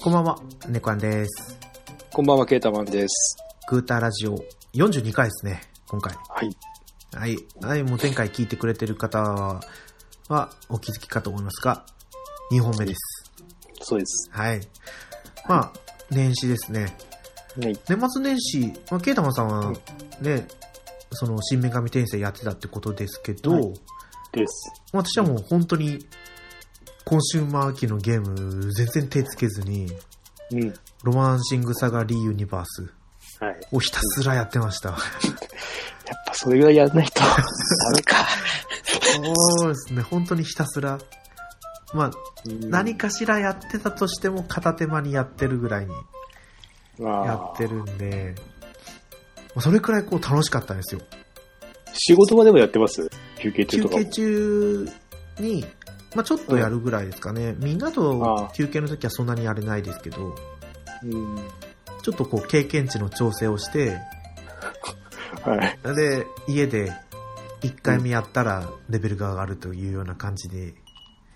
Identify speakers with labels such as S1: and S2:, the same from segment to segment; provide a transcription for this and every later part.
S1: こんばんは、ネコアンです。
S2: こんばんは、ケータマンです。
S1: グータラジオ42回ですね、今回。
S2: はい。
S1: はい。はい、もう前回聞いてくれてる方は、お気づきかと思いますが、2本目です。
S2: そうです。
S1: はい。まあ、年始ですね。
S2: はい。
S1: 年末年始、まあ、ケイタマンさんは
S2: うん
S1: ね、その、新女神転生やってたってことですけど、
S2: はいです。
S1: 私はもう本当に、コンシューマー機のゲーム、全然手つけずに、
S2: うん。
S1: ロマンシングサガリーユニバース
S2: はい。やっ
S1: をひたすらやってました。
S2: ぱそれぐらいやらない と、ダメか。
S1: そうですね、本当にひたすら。まあ、何かしらやってたとしても片手間にやってるぐらいにや
S2: や
S1: って。るんで、まあそれくらいこう楽しかったんですよ。
S2: 仕事場でもやってます休憩中
S1: 休
S2: とかも
S1: 憩。中に、まあちょっとやるぐらいですかね。みんなと
S2: ああ
S1: 休憩の時はそんなにやれないですけど、
S2: うん。
S1: ちょっとこう経験値の調整をして、
S2: はい。
S1: で、家で1回目やったらレベルが上がるというような感じで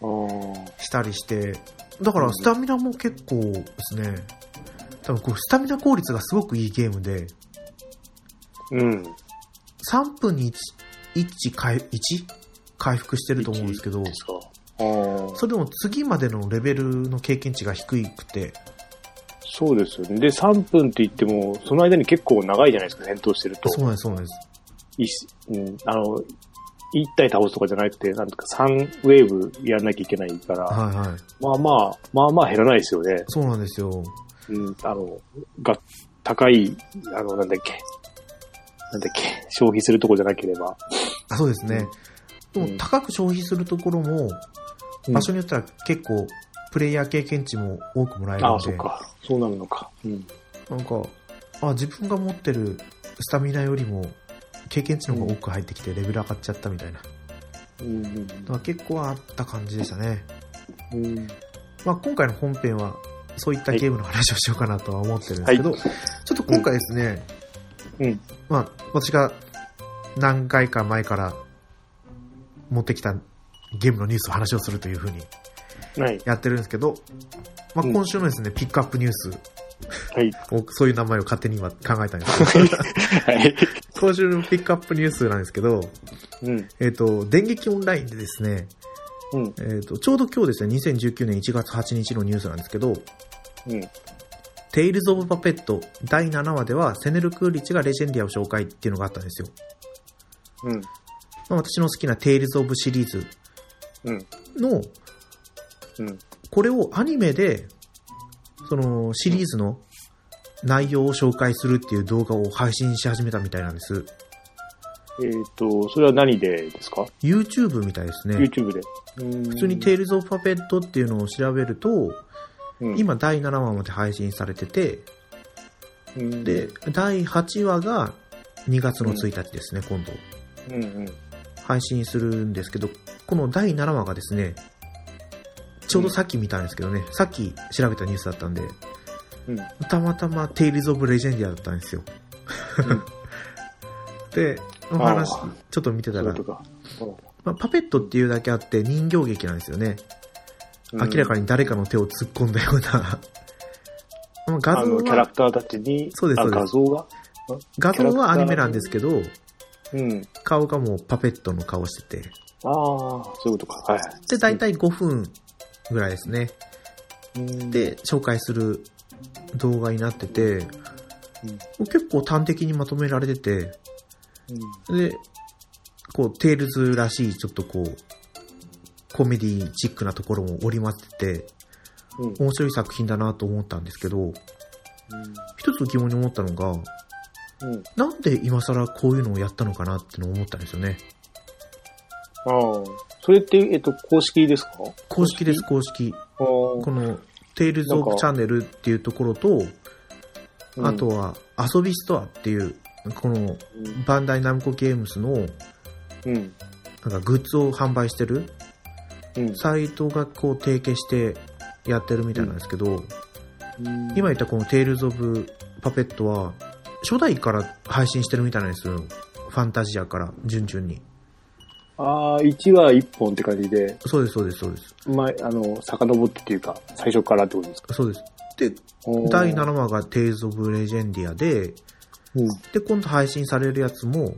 S2: あー
S1: したりして、だからスタミナも結構ですね、多分こうスタミナ効率がすごくいいゲームで、
S2: うん。
S1: 3分に 1, 回 1? 回復してると思うんですけど、
S2: そう。あー
S1: それでも次までのレベルの経験値が低くて、
S2: そうですよね。で、3分って言っても、その間に結構長いじゃないですか、戦闘してると。
S1: そうなんです、そうなんです。
S2: いしうん、あの、1体倒すとかじゃなくて、なんとか3ウェーブやらなきゃいけないから、
S1: はいはい。
S2: まあまあ、まあまあ減らないですよね。
S1: そうなんですよ。
S2: うん、あの、が、高い、あの、なんだっけ、なんだっけ、消費するとこじゃなければ。
S1: あそうですね。で
S2: うん
S1: も高く消費するところも、場所によっては結構、プレイヤー経験値も多くもらえる
S2: あ
S1: の
S2: あ、そっ
S1: で、
S2: か。そうなるのか。うん。
S1: なんか、あ、自分が持ってるスタミナよりも、経験値の方が多く入ってきて、レベル上がっちゃったみたいな。だ
S2: うんうん
S1: から結構あった感じでしたね。
S2: うん。うん。
S1: まあ、今回の本編は、そういったゲームの話をしようかなとは思ってるんですけど、
S2: はい
S1: ちょっと今回ですね、
S2: うん。
S1: まあ、私が何回か前から持ってきたゲームのニュースを話をするというふうに
S2: はい。
S1: やってるんですけど、まあ、
S2: うん
S1: 今週のですね、ピックアップニュース
S2: はい。
S1: を、そういう名前を勝手に今考えたんですけど、
S2: はい。
S1: 今週のピックアップニュースなんですけど、
S2: うん。
S1: えっ、と、電撃オンラインでですね、
S2: うん。
S1: えっ、と、ちょうど今日ですね、2019年1月8日のニュースなんですけど、
S2: うん。
S1: テイルズ・オブ・パペット第7話ではセネル・クーリッチがレジェンディアを紹介っていうのがあったんですよ。
S2: う
S1: ま
S2: ん。
S1: あ、私の好きなテイルズ・オブ・シリーズ
S2: うん。
S1: の、
S2: うん。
S1: これをアニメで、そのシリーズの内容を紹介するっていう動画を配信し始めたみたいなんです。
S2: えっ、と、それは何でですか、
S1: YouTube みたいですね。
S2: ?YouTube で。普
S1: 普通にテイルズ・オブ・パペットっていうのを調べると、
S2: うん、
S1: 今第7話まで配信されてて、
S2: うん、
S1: で、第8話が2月の1日ですね、今度。
S2: うんうん。
S1: 配信するんですけど、この第7話がですね、ちょうどさっき見たんですけどね、さっき調べたニュースだったんで、
S2: うん。
S1: たまたまテイルズ・オブ・レジェンディアだったんですよ。で、お話
S2: あー、
S1: ちょっと見て
S2: そ
S1: た
S2: ういう
S1: ら
S2: こ、とか。
S1: まあ、パペットっていうだけあって人形劇なんですよね。
S2: うん
S1: 明らかに誰かの手を突っ込んだよう な。まあ画
S2: あ
S1: 像
S2: の、キャラ
S1: は
S2: ク、ターたちに、
S1: そうです
S2: あ
S1: そうです
S2: 画像が
S1: 画像
S2: キャラクタ
S1: は
S2: ー
S1: アニメなんですけど、
S2: うん。
S1: 顔がもうパペットの顔してて。
S2: ああ、そういうことか。はいは
S1: で、だいたい5分ぐらいですね。
S2: い。
S1: で、紹介する動画になってて、結構端的にまとめられてて、で、こう、テイルズらしい、ちょっとこう、コメディチックなところも織り交ぜてて、
S2: うん、うん。
S1: 面白い作品だなと思ったんですけど、一つ疑問に思ったのが、
S2: うん。
S1: なんで今更こういうのをやったのかなってのを思ったんですよね。
S2: ああ。それって、えっと、公式ですか
S1: 公式です、公式。
S2: あ
S1: こ
S2: あ。
S1: の、テイルズ・オブ・チャンネルっていうところと、
S2: うん
S1: あと、は、遊びストアっていう、この、
S2: うん
S1: バンダイナムコゲームスの、なん
S2: うん。
S1: かグッズを販売してる
S2: うん。
S1: サイトがこう提携してやってるみたいなんですけど、
S2: うん
S1: 今言ったこのテイルズ・オブ・パペットは、初代から配信してるみたいなんですよ。ファンタジアから順々に。
S2: ああ、1話1本って感じで、
S1: そうです、そうです、そうです。
S2: まあ、あの、遡ってっていうか、最初からってことですか
S1: そうです。で、
S2: おー
S1: 第7話がテイズ・オブ・レジェンディアで、
S2: うん。
S1: で、今度配信されるやつも、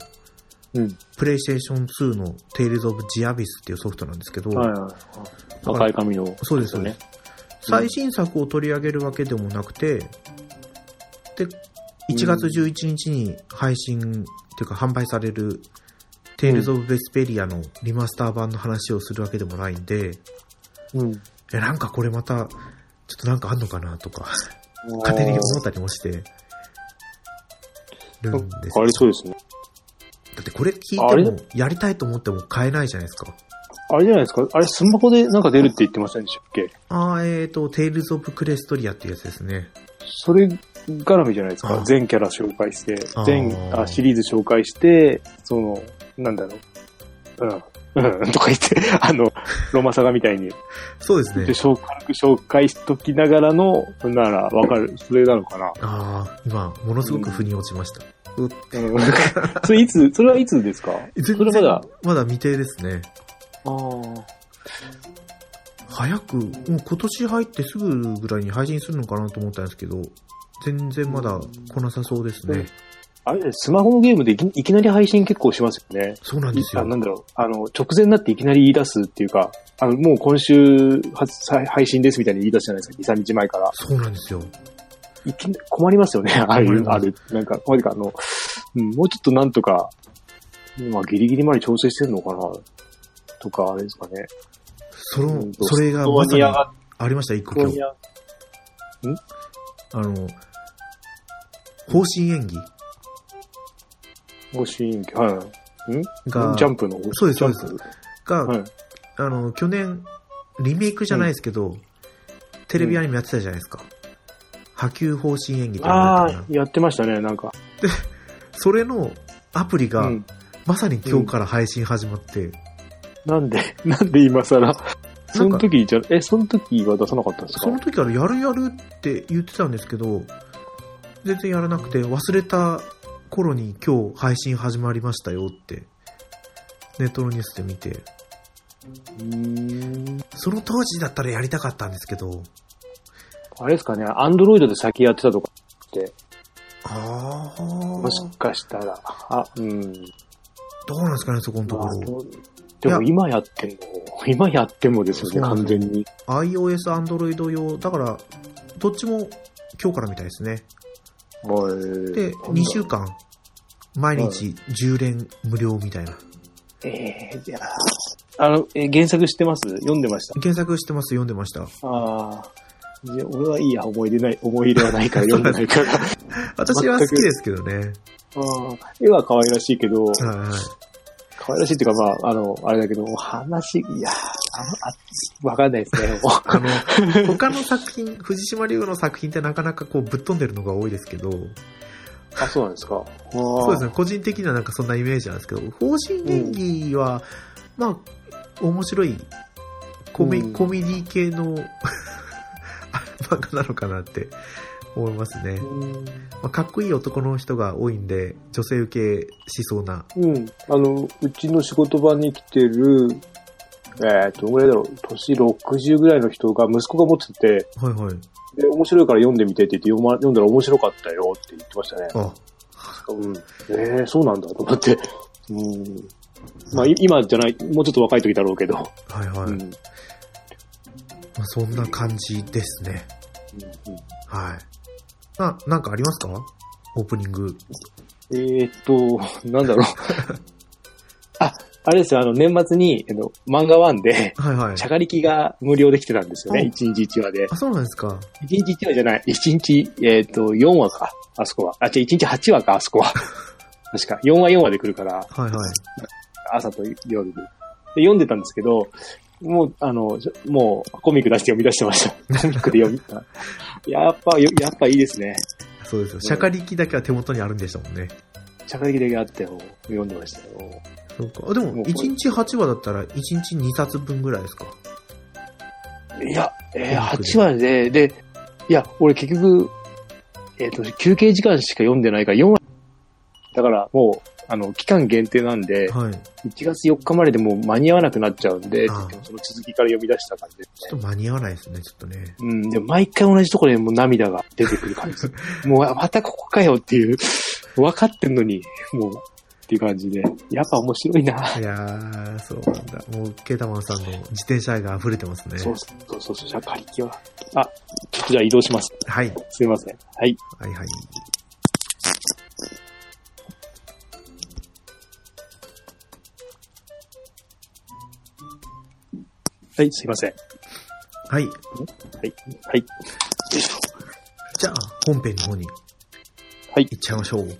S2: うん。
S1: プレイステーション2のテイルズ・オブ・ジアビスっていうソフトなんですけど、
S2: はいはい。
S1: ら
S2: 赤い髪の。
S1: そうです
S2: ね。
S1: 最新作を取り上げるわけでもなくて、で、1月11日に配信、っていうか販売される、テイルズ・オブ・ベスペリアのリマスター版の話をするわけでもないんで、
S2: うん。
S1: え、なんかこれまた、ちょっとなんかあんのかなとか、勝手に思ったりもして、るんです
S2: ありそうですね。
S1: だってこれ聞
S2: あ
S1: いて
S2: れ
S1: も、やりたいと思っても買えないじゃないですか。
S2: あれじゃないですかあれ、スマホでなんか出るって言ってませんでしたっけ
S1: あー、えーと、テイルズ・オブ・クレストリアっていうやつですね。
S2: それ絡みじゃないです
S1: あ
S2: か。全キャラ紹介して
S1: あ、
S2: 全あシリーズ紹介して、その、なんだろう。うん。うん。とか言って、 あの、ロマサガみたいに。
S1: そうです
S2: で、
S1: ね。
S2: 紹介、紹介しときながらの、ならわかる。それなのかな。
S1: あー、今、ものすごく腑に落ちました。う
S2: うん。 それいつ、それはいつですか
S1: 全
S2: それまだ、
S1: まだ未定ですね。
S2: ああ。
S1: 早く、もう今年入ってすぐぐらいに配信するのかなと思ったんですけど、全然まだ来なさそうですね。
S2: うんあれ、スマホのゲームでいきいきなり配信結構しますよね。
S1: そうなんです
S2: あ
S1: よ。
S2: なんだろう。あの、直前になっていきなり言い出すっていうか、あの、もう今週発再配信ですみたいに言い出すじゃないですか。2、3日前から。
S1: そうなんですよ。
S2: いきな困りますよね。 ああい
S1: 困り
S2: う、
S1: ま
S2: あ
S1: す
S2: る。なんか、困るか、あの、うん、もうちょっとなんとか、まあ、ギリギリまで調整してんのかな。とか、あれですかね。
S1: そうの
S2: ん、
S1: それが
S2: スト
S1: ま
S2: ア
S1: さ
S2: ニ
S1: に
S2: ア
S1: あ
S2: が、
S1: りました、一個
S2: スト
S1: 今
S2: アニ
S1: 日。
S2: ア
S1: あの、方針演技
S2: ご主人、はい。ん
S1: が、
S2: ジャンプの。
S1: そうです
S2: ジャンプ
S1: そうが、
S2: はい。
S1: あの、去年、リメイクじゃないですけど、テレビアニメやってたじゃないですか。波及方針演技って
S2: あ
S1: やつだっ
S2: あ
S1: たか、
S2: やってましたね、なんか。
S1: なそれのアプリが、
S2: うん
S1: まさに今日から配信始まって、
S2: なんで、 なんで今更。その時じゃ、え、その時は出さなかったんです
S1: その
S2: か
S1: 時からやるやるって言ってたんですけど、全然やらなくて、忘れた頃に今日配信始まりましたよって、ネットのニュースで見て、
S2: うーん
S1: その当時だったらやりたかったんですけど、
S2: あれですかね、アンドロイドで先やってたとかって、
S1: ああ、
S2: もしかしたら、あ、うん。
S1: どうなんですかね、そこのとこ
S2: まあ
S1: ろ。
S2: でも今やっても、 今やってもですよ
S1: そう
S2: ね、
S1: なん
S2: 完
S1: ですよ
S2: 全に。
S1: iOS、Android 用、だから、どっちも今日からみたいですね。
S2: もう
S1: で、2週。間、毎日10連無料みたいな。
S2: えー、いやあの、えー原作知ってます読んでました。
S1: 検索してます、読んでました。
S2: ああ。いや俺はいいや、思い出ない、思い入れはないから読んでないから。
S1: 私は好きですけどね。
S2: うん絵は可愛らしいけど、
S1: はいはい。
S2: 可愛らしいっていうか、まあ、あの、あれだけど、話、いやーああ、わかんないです ね、もう。
S1: あの、他の作品、藤島竜の作品ってなかなかこうぶっ飛んでるのが多いですけど、
S2: あ、そうなんですか。
S1: そ
S2: そう
S1: ですね、個人的にはなんかそんなイメージなんですけど、方針演技は、まあ、面白い、コメ、
S2: うん
S1: コメディ系の 漫画なのかなって思いますね。まあ、かっこいい男の人が多いんで、女性受けしそうな。
S2: うん。あの、うちの仕事場に来てる、えー、どんぐらいだろう、年60ぐらいの人が、息子が持ってて、
S1: はいはい。
S2: で面白いから読んでみてって言って読,、ま、読んだら面白かったよって言ってましたね。
S1: あ、
S2: うん。えー、そうなんだと思って。うん。まあ、い今じゃない、もうちょっと若い時だろうけど。
S1: はいはい。
S2: うん。
S1: まあ、そんな感じですね。
S2: うん
S1: はい。な、なんかありますかオープニング。
S2: えー、っと、な んだろう。あ、あれですよ、あの、年末に、あの、漫画ワンで、
S1: はいはい。
S2: シャカリキが無料できてたんですよね。
S1: うん
S2: 1日1話で。
S1: あ、そうなんですか。
S2: 1日1話じゃない。1日、えーっと、4話か、あそこは。あ、違う、1日8話か、あそこは。 確か。4話4話で来るから、
S1: はいはい。
S2: 朝と夜で。で、読んでたんですけど、もう、あの、もう、コミック出して読み出して ました。コミックで読み、やっぱ、よやっぱいいですね。
S1: そうですよ。シャカリキだけは手元にあるんでしたもんね。
S2: シャカリキだけあって、読んでましたよ。
S1: そうか。あで
S2: も
S1: も、
S2: う
S1: 1日8話だったら、1日2冊分ぐらいですか。
S2: いや、
S1: コミ
S2: えー、
S1: ックで
S2: 8話で、で、いや、俺結局、えっ、と、休憩時間しか読んでないから4話。だからもう、あの、期間限定な んで、
S1: はい。ち
S2: 1月4日まででもう間に合わなくなっちゃうんで、
S1: ああ
S2: でもその続きから読み出した感じです
S1: ょっ
S2: ね。
S1: と間に合わないですね、ちょっとね。
S2: うん、でも毎回同じところでもう涙が出てくる感じ です。もうあまたここかよっていう、分かってんのに、もう、っていう感じで、やっぱ面白いな。
S1: いやー、そうなんだ。もう、ケータマンさんの自転車愛が溢れてますね。
S2: そうそうそうそう、じゃあ馬力は。あ、ちょっとじゃあ移動します。
S1: はい。
S2: すいません。はい。
S1: はいはい。
S2: はい、すいません。
S1: はい。
S2: はい。はい。
S1: じゃあ、本編の方に。
S2: はい
S1: 行っちゃいましょう。はい。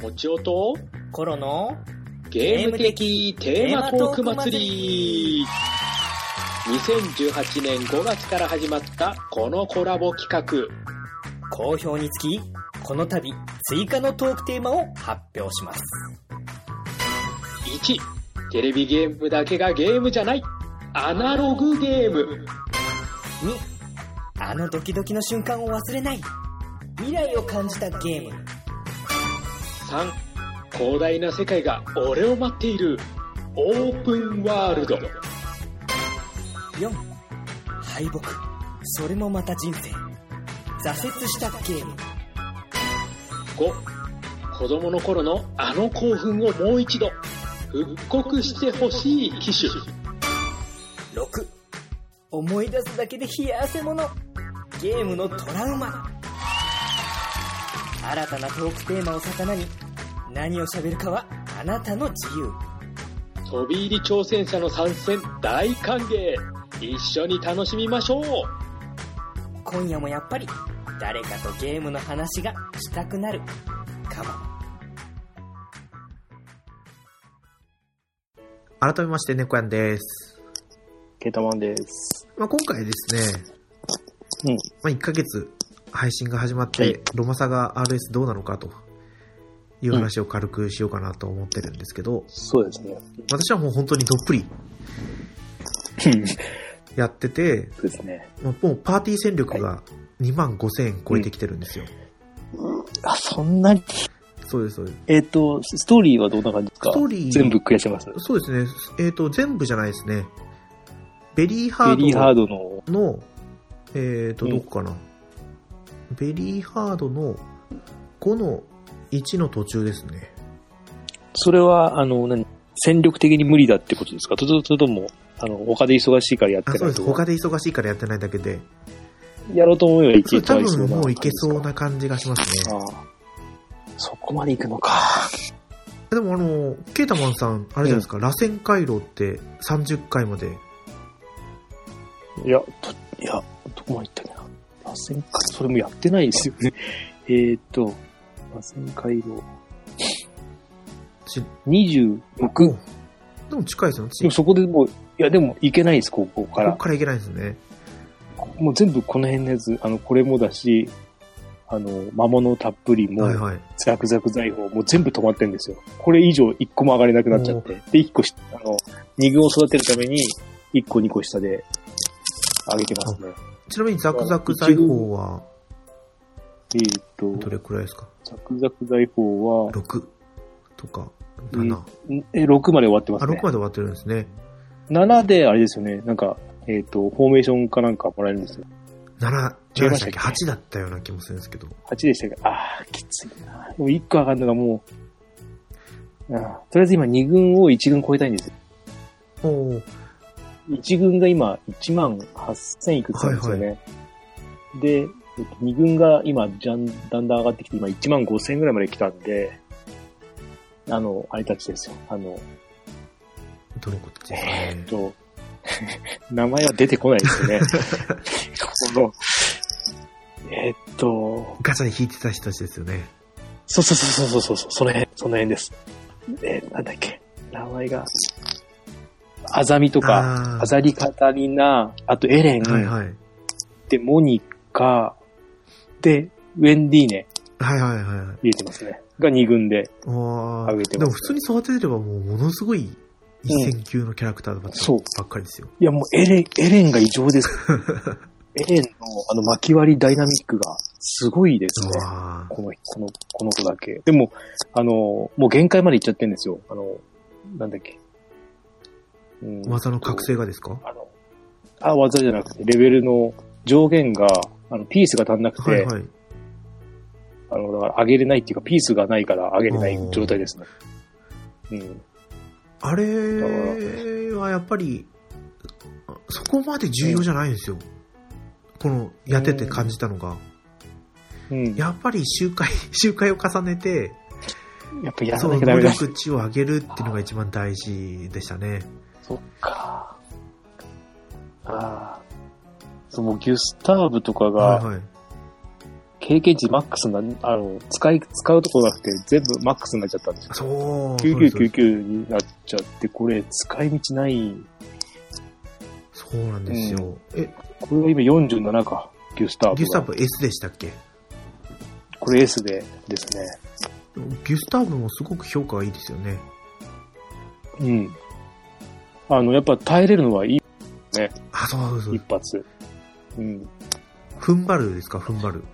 S2: もちおと、
S3: コロの
S2: ゲーム的テーマトーク祭り2018年5月から始まったこのコラボ企
S3: 好評につきこの度追加のトークテーマを発表します
S2: 画1テレビゲームだけがゲームじゃないアナログゲーム
S3: 2あのドキドキの瞬間を忘れない未来を感じたゲーム
S2: 3広大な世界が俺を待っているオープンワールド
S3: 4敗北それもまた人生挫折したゲーム
S2: 5子供の頃のあの興奮をもう一度復刻してほしい機種
S3: 6思い出すだけで冷や汗ものゲームのトラウマ新たなトークテーマを魚に何を喋るかはあなたの自由
S2: 飛び入り挑戦者の参戦大歓迎一緒に楽しみましょう
S3: 今夜もやっぱり誰かとゲームの話がしたくなるかも
S1: 改めまして、猫やんです。
S2: ケータマンです。
S1: まあ、今回ですね、
S2: うん。
S1: まあ、1ヶ月配信が始まっ
S2: は
S1: て
S2: い、
S1: ロマサガ RS どうなのかという話を軽くしようかなと思ってるんですけど、
S2: そうですね。
S1: 私はもう本当にどっぷりやってて、
S2: そうですね。
S1: まあもうパーティー戦力が2万5千円超えてきてるんですよ。
S2: あ、そんなに、
S1: そうです、そうです。
S2: えっ、と、ストーリーはどんな感じですか
S1: ストーリー
S2: 全部クリアしてます。
S1: そうですね。えっ、と、全部じゃないですね。ベリーハ
S2: ベリーハー
S1: ー
S2: ドの、
S1: ドの、えっ、と、
S2: うん
S1: どこかな、ベリーハードの5の1の途中ですね。
S2: それは、あの、何、戦力的に無理だってことですかととととも、あの、他で忙しいからやって
S1: あ、
S2: ない
S1: そ
S2: と
S1: うです。他で忙しいからやってないだけで、
S2: やろうと思えばい
S1: そ
S2: け
S1: う
S2: た
S1: 多
S2: りす
S1: 分
S2: る
S1: もういけそうな感じがしますね。
S2: ああ。そこまで行くのか。
S1: でもあの、ケータマンさん、あれじゃないですか、螺旋回路って30回まで、
S2: いや、といや、どこまで行ったっけな。螺旋回それもやってないですよね。 えーっと、螺旋回路。
S1: ち
S2: 26。
S1: でも近いですよ。私
S2: でもそこでもう、いやでも行けないです、ここか
S1: ここ
S2: ら。
S1: からいけないですね。
S2: もう全部この辺のやつ、あの、これもだし、あの、魔物たっぷりも、
S1: はいはい。
S2: ザクザク財宝も全部止まってんですよ。これ以上1個も上がれなくなっちゃって。で、1個し、あの、2軍を育てるために、1個2個下で上げてますね。
S1: ちなみにザクザク財宝は
S2: えーっ
S1: ど
S2: と、
S1: れくらいですか
S2: ザクザク財宝は、
S1: ?6 とか
S2: う
S1: 7。
S2: んえ、6まで終わってま
S1: あ、
S2: す
S1: 6ま
S2: ね
S1: で。終わってるんですね。
S2: 7で、あれですよね、なんか、えっ、と、フォーメーションかなんかもらえるんですよ。
S1: 7、じゃなかったっ
S2: 違い
S1: け
S2: まし
S1: ?8 だったような気もするんですけど。
S2: 8でしたけど、あー、きついな。もう1個上がるのがもう、あーとりあえず今2軍を1軍超えたいんですよ。
S1: おー
S2: 1軍が今1万8000いくつなんですよね。で、2軍が今じゃん、だんだん上がってきて、今1万5000ぐらいまで来たんで、あの、あれたちですよ。あの、
S1: どのこっちですか
S2: え
S1: ね
S2: っ。と、 名前は出てこないです ね。この、えっと、
S1: ガチャで引いてた人たちですよね。
S2: そうそうそうそうそうそう、その辺、その辺です。えーなんだっけ、名前が、アザミとか、
S1: あ
S2: アザリカタリナ、あとエレン、
S1: ーはいはい。
S2: で、モニカ、で、ウェンディーネ
S1: はいはいはいはい。
S2: 入れてますね。が2軍で。
S1: あ
S2: 上げ
S1: ー
S2: て
S1: で
S2: ます
S1: も普通に育てればもうものすごい一戦級のキャラクターばっか
S2: そう
S1: ばっかりですよ。
S2: いや、もうエレン、エレンが異常 です。エレンのあの巻き割りダイナミックがすごいですね。
S1: うわ
S2: この、この、この子だけ。でも、あの、もう限界まで行っちゃってるんですよ。あの、なんだっけ。うん
S1: ー技の覚醒がですか
S2: あの、あ、技じゃなくて、レベルの上限が、あの、ピースが足んなくて、
S1: はいはい。
S2: あの、だから上げれないっていうか、ピースがないから上げれない
S1: おー
S2: 状態ですね。うん。
S1: あれはやっぱり、そこまで重要じゃないんですよ。この、やってて感じたのが。
S2: うん。や
S1: やっぱり周 回、周回を重ねて、
S2: っぱやら
S1: そ
S2: な
S1: の
S2: きゃダ
S1: 能
S2: メだ。そ
S1: 力値を上げるっていうのが一番大事でしたね。
S2: っか。ああ。そう、もうギュスターブとか
S1: はい
S2: が、
S1: はい。
S2: 経験値マックスな、あの、使い、使うとこなくて、全部マックスになっちゃったんですよ。
S1: そう。
S2: 9999になっちゃって、これ、使い道ない。
S1: そうなんですよ。え、
S2: これが今47か、ギュスターブが。
S1: ギュスタブ S でしたっけ
S2: これ S でですね。
S1: ギュスタブもすごく評価がいいですよね。
S2: うん。あの、やっぱ耐えれるのはいい、
S1: あ、そうそうそ
S2: 一
S1: う。
S2: 発。うん。
S1: 踏ん張るですか、踏ん張る。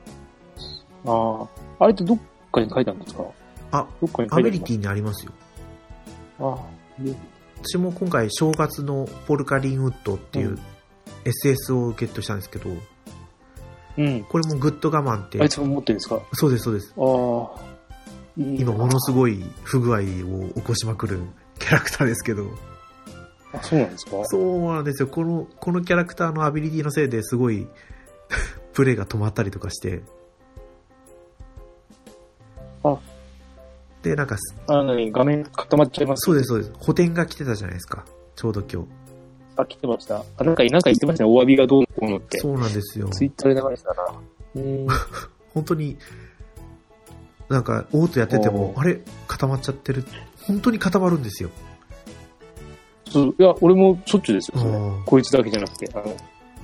S2: ああ。あれってどっかに書いてあるんですか
S1: あ、
S2: どっかに書
S1: アメ
S2: いてある
S1: リ
S2: の
S1: ティにありますよ。
S2: ああで
S1: 私も今回正月のポルカリンウッドっていううん SS をゲットしたんですけど、
S2: うん。
S1: これもグッド我慢って
S2: あい、つも持ってるんですかあ
S1: そうですそうです。
S2: あ。今
S1: 今ものすごい不具合を起こしまくるキャラクターですけど、
S2: あ、そうなんですか
S1: そうなんですよ。この、このキャラクターのアビリティのせいですごい プレイが止まったりとかして。
S2: あ
S1: で、なんか、
S2: あ、なに、画面固まっちゃいます
S1: そうですそうです。補填が来てたじゃないですか。ちょうど今日。
S2: あ、来てました。あ、なんか、なんか言ってましたね。お詫びがどうのこうのって。
S1: そうなんですよ。
S2: ツイッターで流れてたな。うん。
S1: 本当に、なんか、オートやってても
S2: お、ー
S1: あれ固まっちゃってる。本当に固まるんですよ。
S2: そういや、俺もしょっちゅうですよ、それ
S1: うん
S2: こいつだけじゃなくて。あのい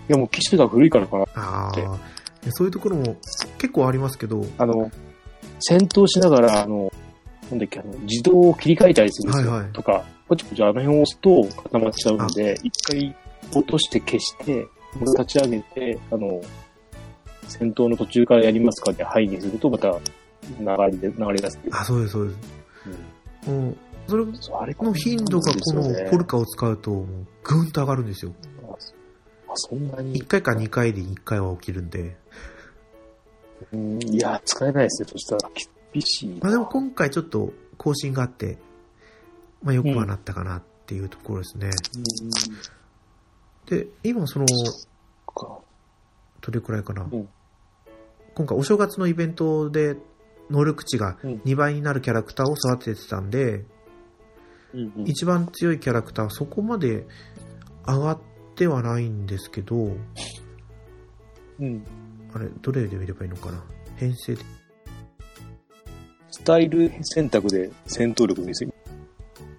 S2: や、もう機種が古いからかな。
S1: あ
S2: で
S1: あ。そういうところも結構ありますけど、
S2: あの、戦闘しながら、あの、なんだっけ、あの、自動を切り替えたりするんですよ。
S1: はいはい
S2: とか、こちこちあの辺を押すと固まっちゃうので、一回落として消して、もう立ち上げて、あの、戦闘の途中からやりますかって、はいにすると、また流れで、流れ出すっていう。
S1: あ、そうです、そうです。
S2: うん
S1: うん。それ
S2: そうあれ
S1: の頻度がこ
S2: そうです
S1: の
S2: よね
S1: ポルカを使うと、もうぐんと上がるんですよ。
S2: あ、そんなに
S1: 1。回か2回で1回は起きるんで。
S2: うん、いや、使えないですね。そしたら、厳しい。
S1: まあでも今回ちょっと更新があって、まあよくはなったかなっていうところですね。
S2: うん
S1: で、今その、
S2: か
S1: どれくらいかな、
S2: うん
S1: 今回お正月のイベントで能力値が
S2: うん
S1: 2倍になるキャラクターを育ててたんで、
S2: うんうん
S1: 一番強いキャラクターはそこまで上がってはないんですけど、
S2: うん
S1: あれ、どれで見ればいいのかな編成で。
S2: スタイル選択で戦闘力見せる。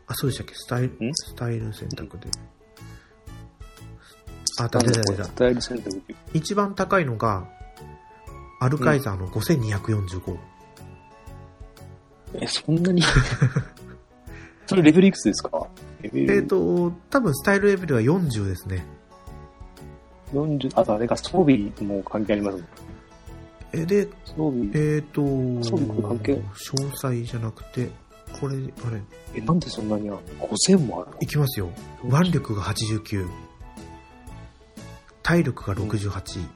S1: あ、そうでしたっけスタイル、
S2: ん
S1: スタイル選択で。あ、出た出た出た
S2: ス。タイル選択で。
S1: 一番高いのが、アルカイザーの5245。
S2: え、そんなに それレベルいくつですかレベ
S1: えっ、
S2: ル
S1: と、多分スタイルレベルは40ですね。
S2: 40、あとあれか、装備も関係ありますもん。
S1: え、で、
S2: 装備、
S1: えっ、と、
S2: そういう関係
S1: 詳細じゃなくて、これ、あれ、
S2: え、なんでそんなにあんの ?5000 もある
S1: いきますよ。腕力が89。体力が68。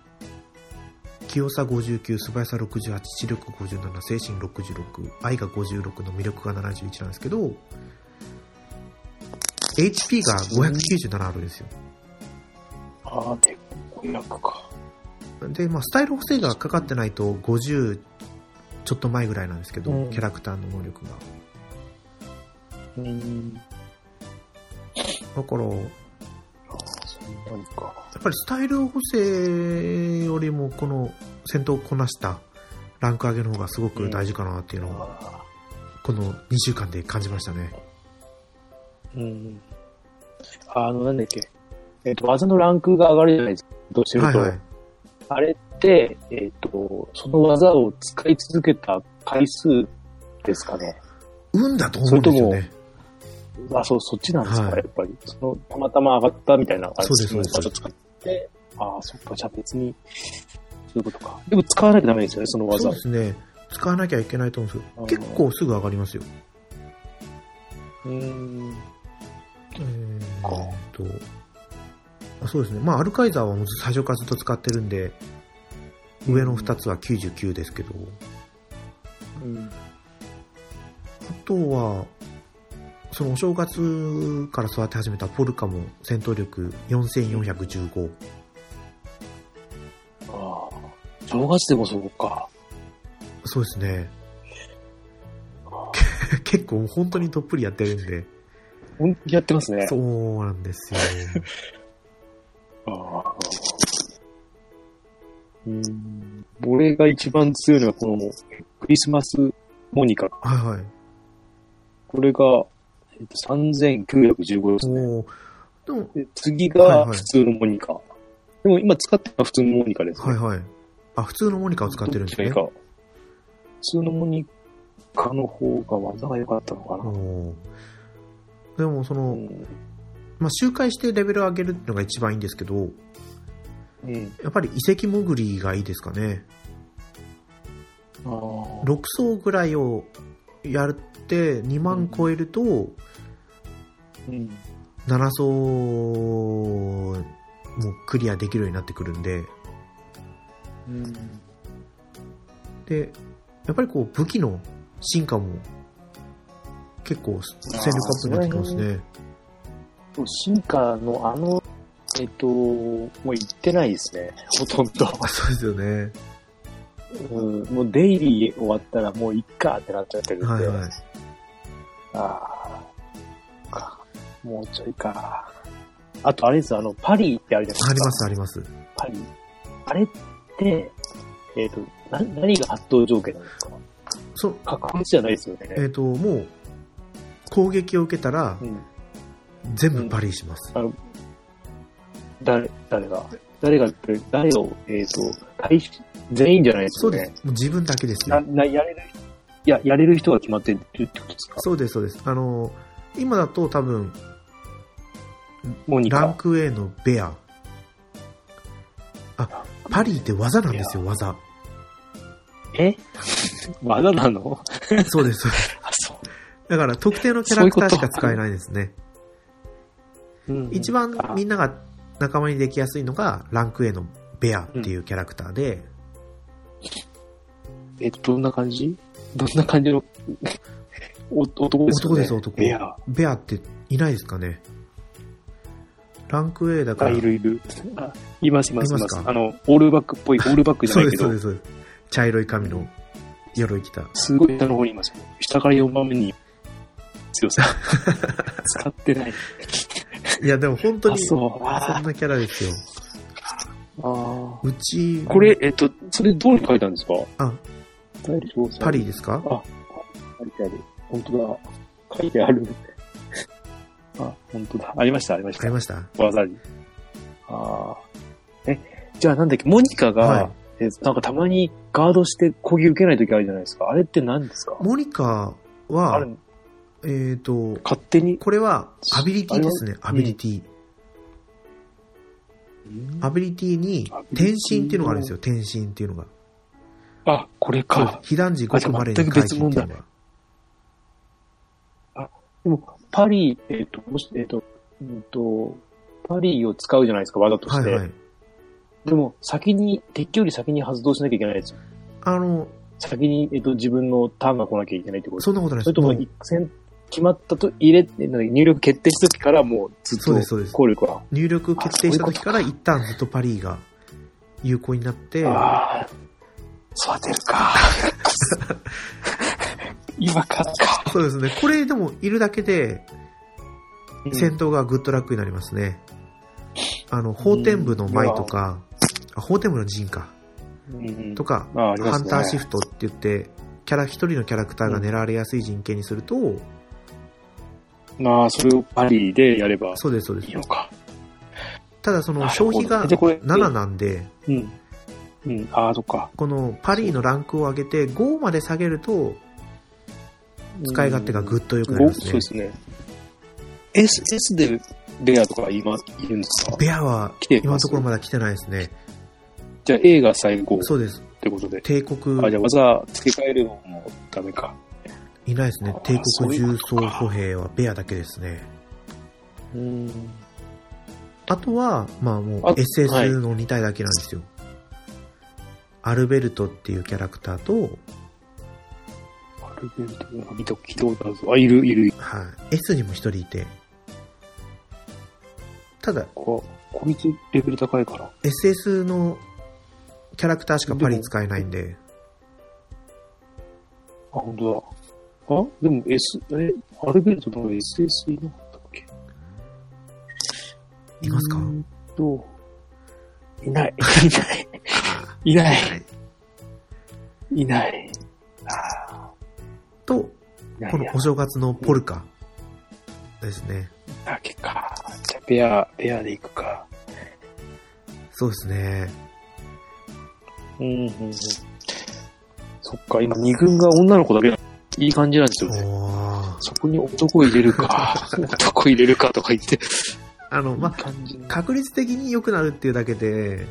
S1: 強さ59、素早さ68、知力57、精神66、愛が56の魅力が71なんですけど、HP が597あるんですよ。
S2: ああ、で、500か。
S1: で、まあ、スタイル補正がかかってないと50ちょっと前ぐらいなんですけど、
S2: うん
S1: キャラクターの能力が。
S2: うん。
S1: だから、や
S2: ああ、そんなにか。
S1: っぱりスタイル補正よりもこの戦闘をこなしたランク上げの方がすごく大事かなっていうのを、
S2: あ
S1: この2週間で感じましたね。
S2: ーうん。あの、なんだっけ。えっ、と、技のランクが上がるじゃないですか。どうしてる
S1: はい
S2: と。
S1: はい。
S2: あれって、えっ、と、その技を使い続けた回数ですかね。
S1: 運だと思うんですよね。
S2: あ、そう、そっちなんですか、
S1: はい
S2: やっぱり。その、たまたま上がったみたいな感じ
S1: そうです
S2: 場所使って、ああ、そっか、じゃあ別に、そういうことか。でも使わなきゃダメですよね、その技。
S1: そうですね。使わなきゃいけないと思うんですよ。
S2: あー
S1: 結構すぐ上がりますよ。
S2: うーん。
S1: えーっと。あそうですね。まあ、アルカイザーはもう最初からずっと使ってるんで、上の2つは99ですけど、
S2: うん。
S1: あとは、そのお正月から育て始めたポルカも戦闘力4415。
S2: ああ。正月でもそうか。
S1: そうですね。
S2: あ
S1: 結構本当にどっぷりやってるんで。
S2: ー本気やってますね。
S1: そうなんです よ。
S2: ああ。うーん。俺が一番強いのは、この、クリスマスモニカ。
S1: はいはい。
S2: これが、えっと、3915ですね。
S1: おーでも、
S2: で次
S1: はい
S2: が
S1: はい
S2: 普通のモニカ。でも今使ってるのは普通のモニカです、ね。
S1: はいはい。あ、普通のモニカを使ってるんですね。
S2: どっちがいいか普通のモニカの方が技が良かったのかな。
S1: おーでも、その、
S2: うん。
S1: まあ、周回してレベル上げるってのが一番いいんですけど、
S2: うん。
S1: やっぱり遺跡潜りがいいですかね。
S2: あー
S1: 6層ぐらいをやって2万超えると、
S2: うん。
S1: 7層もクリアできるようになってくるんで、
S2: うん。
S1: で、やっぱりこう武器の進化も結構戦力アップになってきますね。
S2: 進化のあの、えっと、もう行ってないですね。ほとんど。
S1: あ、そうですよね。
S2: うん、もうデイリー終わったらもういっかってなっちゃってるんで。
S1: はいはい。
S2: ああ。かもうちょいか。あと、あれです、あの、パリってあるじゃな
S1: あ
S2: い
S1: り
S2: で
S1: ますすあります。
S2: か。パリ。あれって、えっ、とな、何が発動条件なんですか
S1: そう、
S2: 確率じゃないですよ
S1: えっ、
S2: ね。
S1: と、もう攻撃を受けたら
S2: うん。
S1: 全部パリします。
S2: 誰、誰が、誰が、誰を、えっ、と、対し全員じゃないです
S1: そ
S2: よ
S1: う
S2: ね。
S1: です。もう自分だけです
S2: な、
S1: よ。
S2: な、やれる、いや、やれる人が決まってるってことですか
S1: そうですそうです。あの、今だと多分、
S2: モニ
S1: ラン
S2: カ。
S1: ク A のベア。あ、パリって技なんですよ、技。
S2: え技なの
S1: そうです、そうです。
S2: あ、そ
S1: だから特定のキャラクター
S2: そう
S1: し
S2: いう
S1: か
S2: こと
S1: 使えないですね。
S2: う。うん
S1: 一番みんなが仲間にできやすいのが、ランク A のベアっていうキャラクターで、
S2: えっと、どんな感じどんな感じの、お男ですよ
S1: 男
S2: ね
S1: です、男。
S2: いや、
S1: ベアっていないですかね。ランク A だか
S2: あ、
S1: ら。
S2: いるいる。あ、いますいますい
S1: い
S2: ま
S1: ます
S2: す。
S1: か
S2: あの、オールバックっぽい、オールバックじゃ
S1: そ
S2: な
S1: う
S2: い
S1: で
S2: け
S1: す、そう
S2: ど
S1: で、す、そうです。茶色い髪の、鎧着た。
S2: すごい下の方にいますよ。下から4番目に強 さ。使ってない。
S1: いや、でも本当
S2: あ、
S1: に、そん
S2: そう。あ
S1: なキャラですよ。
S2: あ。
S1: うち、
S2: これ、えっと、それどうに書いたんですか
S1: あ、パリ。ですか
S2: 書いてある。本当だ。書いてある。 あ、本当だ。ありました、ありまし
S1: 買い
S2: た。
S1: ました
S2: 技に。ああ。え、じゃあなんだっけ、モニカが、
S1: はい
S2: えなんかたまにガードして攻撃受けないときあるじゃないですか。あれって何ですか
S1: モニカ
S2: あ
S1: は
S2: れ、、
S1: えっ、と、
S2: 勝手に。
S1: これはアビリティですね、アビリティ。アビリティに転身っていうのがあるんですよ、転身っていうのが。
S2: あ、これか。
S1: 被弾時5個までに回避っていうの
S2: あじゃあ全く別物
S1: が。
S2: でも、パリ、えっ、と、もし、えっ、と、うんと、パリを使うじゃないですか、技とし
S1: は
S2: て。
S1: いはい。
S2: でも、先に、敵より先に発動しなきゃいけないですよ。
S1: あの、
S2: 先に、えっ、と、自分のターンが来なきゃいけないってこと
S1: そんなことない
S2: そ
S1: で
S2: れと
S1: す。
S2: も、
S1: もう
S2: 一戦決まったと、入れて、なんか入力決定した時からもうず
S1: そうで
S2: っ
S1: すそうで
S2: と
S1: す
S2: 効力は。
S1: 入力決定した
S2: あそういうこ
S1: 時
S2: と
S1: から一旦ずっとパリーが有効になって、
S2: ああ、育てるか。 今からか。
S1: そうですね。これでもいるだけで戦闘がぐっと楽になりますね。あの、法天部の舞とか、あ法天部の陣か、
S2: うん
S1: とか、
S2: あありま
S1: ハ
S2: す
S1: ン
S2: ね
S1: ターシフトって言って、キャラ、一人のキャラクターが狙われやすい陣形にすると、
S2: まあ、それをパリでやれば
S1: そうです、そうで
S2: いい
S1: す。
S2: のか。
S1: ただその
S2: なる
S1: 消
S2: ほど
S1: 費が
S2: でこれ
S1: 7なんで、
S2: うん。うん、ああ、そっか。
S1: このパリーのランクを上げて5まで下げると、使い勝手がぐっと良くなり
S2: ご
S1: ます
S2: そう
S1: ね
S2: で。すね。 S、S でベアとか今いるんですか
S1: ベアは
S2: 来てます
S1: 今のところまだ来てないですね。
S2: じゃあ A が最後っ
S1: そうです。
S2: てことで。
S1: 帝国、
S2: あ、じゃあ技付け替えるのもダメか。
S1: いないですね
S2: あ。
S1: 帝
S2: そう
S1: 国
S2: いう
S1: 重
S2: こと
S1: 装
S2: か
S1: 歩兵はベアだけですね。
S2: うん。
S1: あとは、まあもう
S2: あ
S1: SS の2体だけなんですよ。アルベルトっていうキャラクターと、
S2: アルベルト、なんか見た聞いたことあるぞ。あ、いる、いる。
S1: はい、S にも1人いて。ただ、
S2: ここいつレベル高いから。
S1: SS のキャラクターしかパリ使えないんで、
S2: あ、本当だ。あでも S、え、アルベルトの SS いなかったっけ
S1: いますか
S2: うーんと、いない。 いない。いない。いない。
S1: と、
S2: いない
S1: このお正月のポルカですね。
S2: だけか。じゃあ、ペア、ペアで行くか。
S1: そうですね。
S2: うん、うん、うん。そっか、今、二軍が女の子だけだ。いい感じなんですよ
S1: お
S2: ね。
S1: ー
S2: そこに男入れ るか、男入れるかとか言って、
S1: あの、まあ、
S2: 感じ
S1: 確率的に良くなるっていうだけで、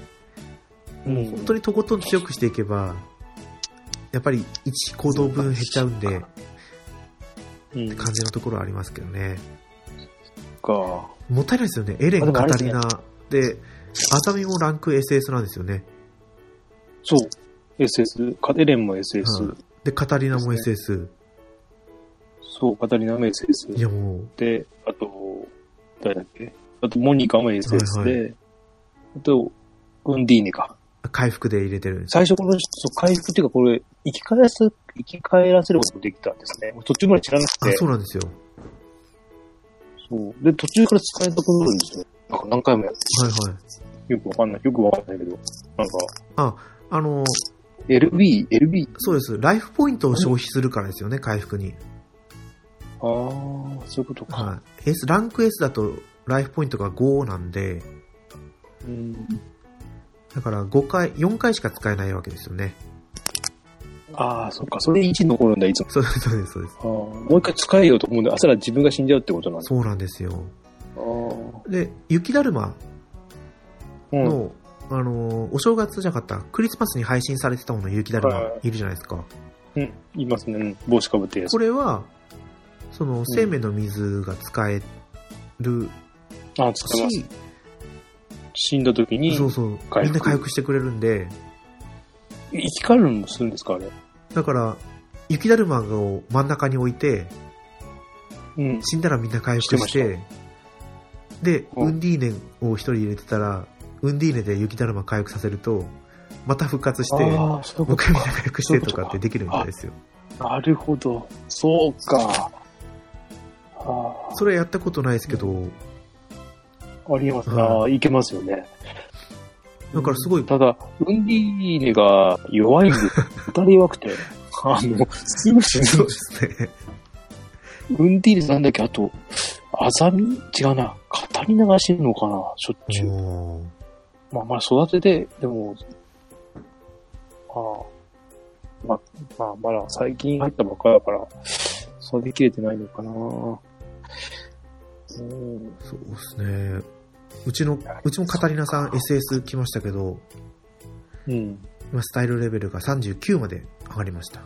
S1: もう本当にとことん強くしていけば、やっぱり1行動分減っちゃうんで、
S2: に、うん、
S1: 感じのところはありますけどね。
S2: か。
S1: もったいないですよね。エレ
S2: あで
S1: ン、
S2: もあ
S1: カ
S2: れ
S1: タ
S2: です
S1: リ
S2: ね
S1: ナ、で、アザミもランク SS なんですよね。
S2: そう。SS、カテレンも SS、
S1: うんで、カタリナも
S2: で
S1: SS。
S2: そう、カタリナも SS
S1: いやもう、
S2: で、あと、誰だっけあと、モニカも SS で、
S1: は
S2: あと、ウンディーネか。
S1: 回復で入れてるんです。
S2: 最初この人、そう回復っていうかこれ、生き返らせ、生き返らせることもできたんですね。途中まで知らなく
S1: あ、
S2: て。
S1: そうなんですよ。
S2: そうで、途中から使えたくなるんですよ。なんか何回もやって、
S1: はいはい。
S2: よくわかんない、よくわかんないけど。なんか、
S1: あの、
S2: LB、LB?
S1: そうです。ライフポイントを消費するからですよね、回復に。
S2: ああ、そういうことか。
S1: はい。S、ランク S だと、ライフポイントが5なんで、
S2: うん、
S1: だから5回、4回しか使えないわけですよね。
S2: ああ、そっか、それ1残るんだ、いつも。
S1: そうです、そうです、そうです。
S2: あーもう一回使えようと思うんで、朝ら自分が死んじゃうってことなんだ。
S1: そうなんですよ。
S2: あー
S1: で、雪だるま
S2: うん。
S1: の、あの、お正月じゃなかった、クリスマスに配信されてたもの、雪だるま
S2: はいはい、
S1: いるじゃないですか。
S2: うん、いますね。うん帽子かぶってるやつ
S1: こ。れは、その、生命の水が使える
S2: あ、使います。
S1: し、
S2: 死んだ時に、
S1: そうそう、
S2: 回復
S1: みんな回復してくれるんで、
S2: 生き返るのもするんですか、あれ。
S1: だから、雪だるまを真ん中に置いて、
S2: うん。
S1: 死んだらみんな回復して、
S2: して
S1: で、
S2: うん
S1: ウンディーネを一人入れてたら、ウンディーネで雪だるま回復させると、また復活して、も
S2: ああ、そういう
S1: う
S2: こ
S1: 一回
S2: と
S1: みんな
S2: か。
S1: 回復してとかってできるみたいですよ。
S2: なるほど。そうか。あ
S1: それやったことないですけど、
S2: あ、ありえます
S1: うん
S2: ああ、いけますよね。
S1: だからすごい、
S2: ただ、ウンディーネが弱いんです。 打たれ弱くて。あの、すぐ 死
S1: そう
S2: ぬ
S1: で。すね。
S2: ウンディーネなんだっけあと、アザミ違うな。カタリナが死ぬのかなしょっちゅう。
S1: おー
S2: まあまあ育てで、でも、ああ、まあ、まあまだ最近入ったばっかりだから、育てきれてないのかなうん。
S1: そうですね。うちの、うちもカタリナさん SS 来ましたけど、
S2: うん。
S1: 今スタイルレベルが39まで上がりました。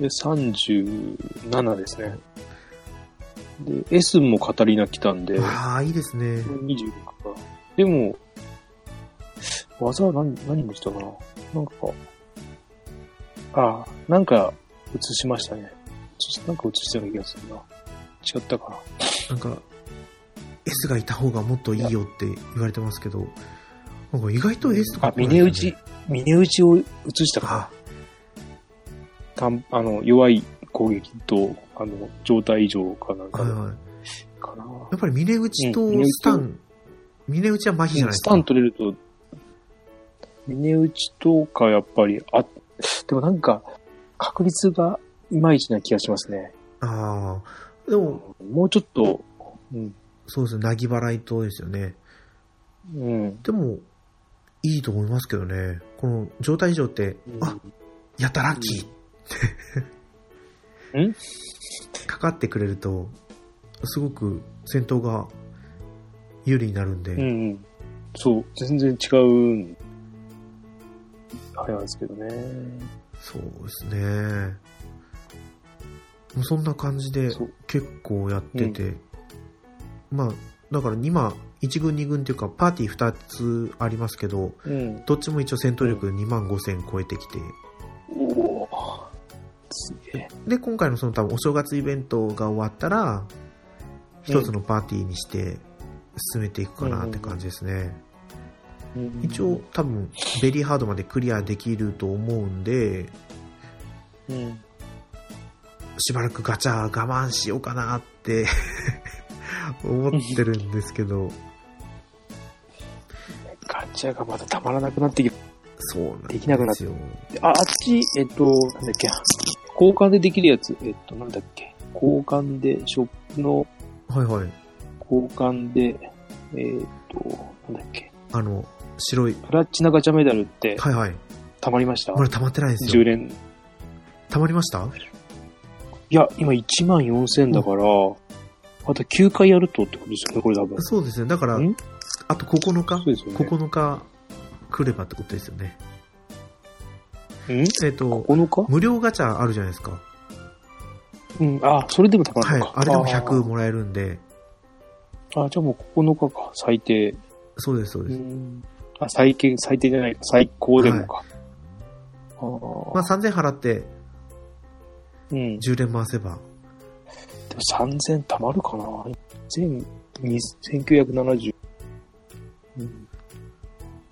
S2: で、37ですね。で、S もカタリナ来たんで、
S1: ああ、いいですね。
S2: 25か。でも、技は何、何持ちたかななんか、ああ、なんか映しましたね。映しなんか映してる気がするな。違ったか
S1: な
S2: な。
S1: んか、S がいた方がもっといいよって言われてますけど、なんか意外と S とか、
S2: あ、峰打ち。、峰打ちを映したか。
S1: あ、
S2: たんあの、弱い攻撃と、あの、状態異常かなんか
S1: はい
S2: で
S1: はい。
S2: かな。
S1: やっぱり峰打ちと
S2: うん峰打ちと
S1: スタン、峰打ちは麻痺じゃないです
S2: ス
S1: か。
S2: タン取れると、峰打ちとかやっぱり、あ、でもなんか、確率がいまいちな気がしますね。
S1: ああ。でも、
S2: もうちょっと、うん、
S1: そうですね、なぎ払いとですよね。
S2: うん。
S1: でも、いいと思いますけどね。この状態異常って、あ、やったラッキーって。
S2: うん
S1: かかってくれると、すごく戦闘が有利になるんで、
S2: うんうん。そう、全然違うん。あれなんですけどね。
S1: そうですね。もうそんな感じで
S2: そう
S1: 結構やってて、まあ、だから今、1軍2軍っていうかパーティー2つありますけど、
S2: うん。
S1: どっちも一応戦闘力2万5千超えてきて、
S2: おぉ。すげえ。
S1: で、今回のその多分お正月イベントが終わったら、一つのパーティーにして進めていくかなって感じですね。一応、多分ベリーハードまでクリアできると思うんで、
S2: うん。
S1: しばらくガチャ我慢しようかなって 思ってるんですけど、
S2: ガチャがまたたまらなくなってきて。
S1: そうなん
S2: できなくな
S1: で
S2: っ
S1: すよ。
S2: あ、あっち、えっと、なんだっけ。交換でできるやつ。えっと、なんだっけ。交換で、ショップの
S1: はいはい。
S2: 交換で、えーっと、なんだっけ。
S1: あの、白い。
S2: プラチナガチャメダルって、
S1: はいはい。
S2: たまりました
S1: まだ溜まってないんです
S2: 10
S1: よ。
S2: 連。
S1: 溜まりました
S2: いや、今1万4000だから、あと9回やるとってことですよね、これ多分。そ
S1: そうですね。だから
S2: ん、
S1: あと9日
S2: うですよね。
S1: 9日来ればってことですよね。
S2: ん
S1: えっ、と、
S2: 9日
S1: 無料ガチャあるじゃないですか。
S2: うん。あ、それでもたま
S1: は
S2: る
S1: い
S2: のか。。
S1: あれでも100もらえるんで、
S2: あー。あ、じゃあもう9日か、最低。
S1: そうです、そう
S2: う
S1: です。
S2: ん。あ、最低、最低じゃない、最高でもか。ああ。
S1: まあ3000払って
S2: うん。で
S1: 10連回せば、
S2: も3000たまるかな全1970。うん。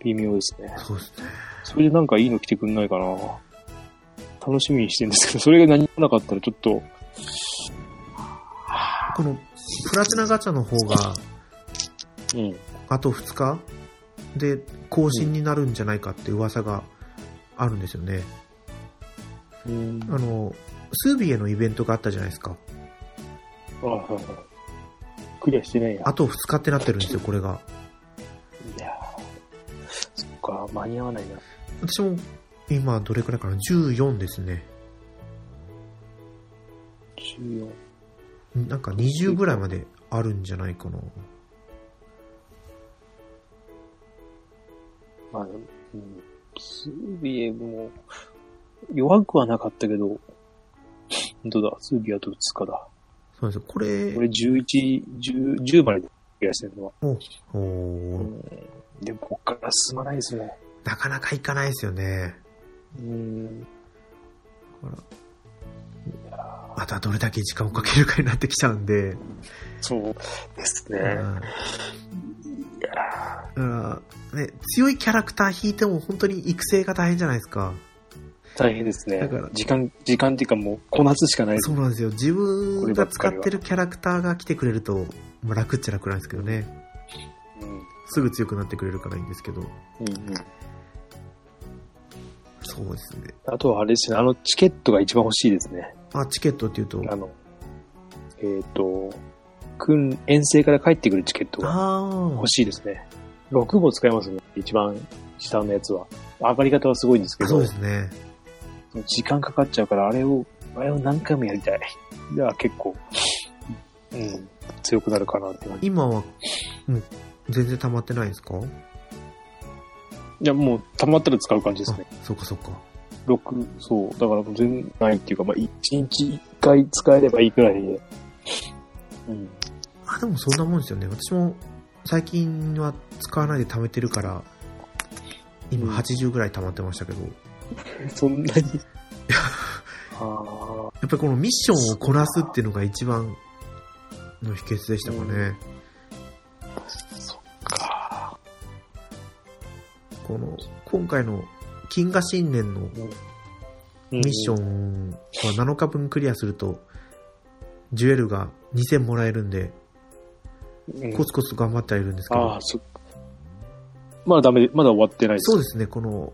S2: 微妙ですね。
S1: そうですね。
S2: それでなんかいいの来てくんないかな楽しみにしてるんですけど、それが何もなかったらちょっと、
S1: このプラチナガチャの方が、
S2: うん。
S1: あと2日で更新になるんじゃないかって噂があるんですよね。
S2: うん。
S1: あの、スービエのイベントがあったじゃないですか。
S2: あはいはいクリアしてないや。
S1: あと2日ってなってるんですよ、これが。
S2: いやーそっか、間に合わないな。
S1: 私も今どれくらいかな ?14 ですね。
S2: 14。
S1: なんか20ぐらいまであるんじゃないかな。
S2: まあ、うん。スービエも、弱くはなかったけど、本当だ、スービエあと2日だ。
S1: そうなんですよ。これ、
S2: 俺11、10、10までクリアしてるのは。
S1: お
S2: う
S1: ー
S2: ん。でも、こっから進まないですね。
S1: なかなかいかないですよね。
S2: うん。
S1: だからまたどれだけ時間をかけるかになってきちゃうんで。
S2: そうですね。
S1: うんだからね、強いキャラクター引いても本当に育成が大変じゃないですか。
S2: 大変ですね
S1: だから。
S2: 時間、時間っていうかもう、こなすしかないです
S1: そうなんですよ。自分が使ってるキャラクターが来てくれると、まあ、楽っちゃ楽なんですけどね。
S2: うん。
S1: すぐ強くなってくれるからいいんですけど。
S2: うんうん。
S1: そうですね。
S2: あとはあれですね、あのチケットが一番欲しいですね。
S1: まあ、チケットっていうと、
S2: あの、えっ、と、訓、遠征から帰ってくるチケットが
S1: ああ
S2: 欲、しいですね。6号使えますね、一番下のやつは。上がり方はすごいんですけ
S1: そう
S2: ど
S1: で、すね。
S2: 時間かかっちゃうから、あれを、あれを何回もやりたい。じゃあ結構、うん、強くなるかなって感じ。
S1: 今は、もう、全然溜まってないんですか
S2: いや、もう、溜まったら使う感じですね。
S1: あ、そうかそうか。
S2: 6、そう、だからもう全然ないっていうか、まあ、1日1回使えればいいくらいで。うん。
S1: あ、でもそんなもんですよね。私も、最近は使わないで溜めてるから、今80ぐらい溜まってましたけど。
S2: そんなに。ああ。
S1: やっぱりこのミッションをこなすっていうのが一番の秘訣でしたかね。
S2: そっか。
S1: この、今回の金河新年の
S2: ミ
S1: ミッションは7日分クリアすると、ジュエルが2000もらえるんで、
S2: ン
S1: コツコツと頑張ってはいるんですけ
S2: ああ
S1: ど、、
S2: そっか。まだダメで、まだ終わってないです。
S1: そうですね、この、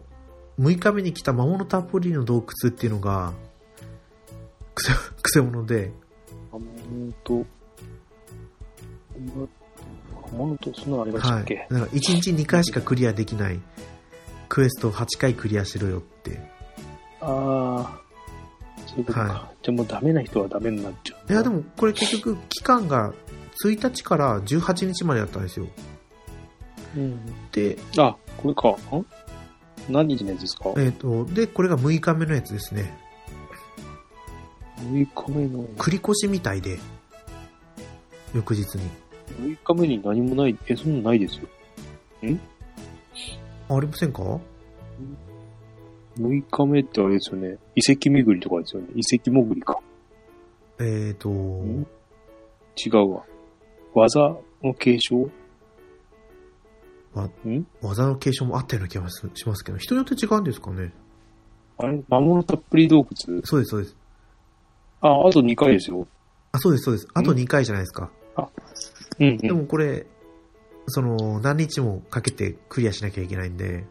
S1: 6日目に来た魔物たっぷりの洞窟っていうのが、くせ、 くせ者で、
S2: あ本当。本当、そんなのありました
S1: は
S2: っ
S1: い。
S2: け、
S1: だから1日2回しかクリアできないクエストを8回クリアしろよって。
S2: ああ。そういうことか。
S1: は
S2: じゃあもうダメな人はダメになっちゃう。
S1: いや、でもこれ結局期間が1日から18日までだったんですよ。
S2: うん。
S1: で、
S2: あ、これか。ん何日のやつですか
S1: えっ、と、で、これが6日目のやつですね。
S2: ?6 日目の。
S1: 繰り越しみたいで、翌日に。
S2: 6日目に何もない。え、そんなのないですよ。
S1: あありませんか
S2: 6日目ってあれですよね。遺跡巡りとかですよね。遺跡潜りか。
S1: えっ、と、
S2: ん違うわ。技の継承
S1: 技の継承もあったような気がしますけど、人によって違うんですかね
S2: あれ魔物たっぷり洞窟
S1: そうです、そうです。
S2: あ、あと2回ですよ。
S1: あ、そうです、そうです。あと2回じゃないですか。
S2: うん、う
S1: で
S2: ん。
S1: もこれ、その、何日もかけてクリアしなきゃいけないんで、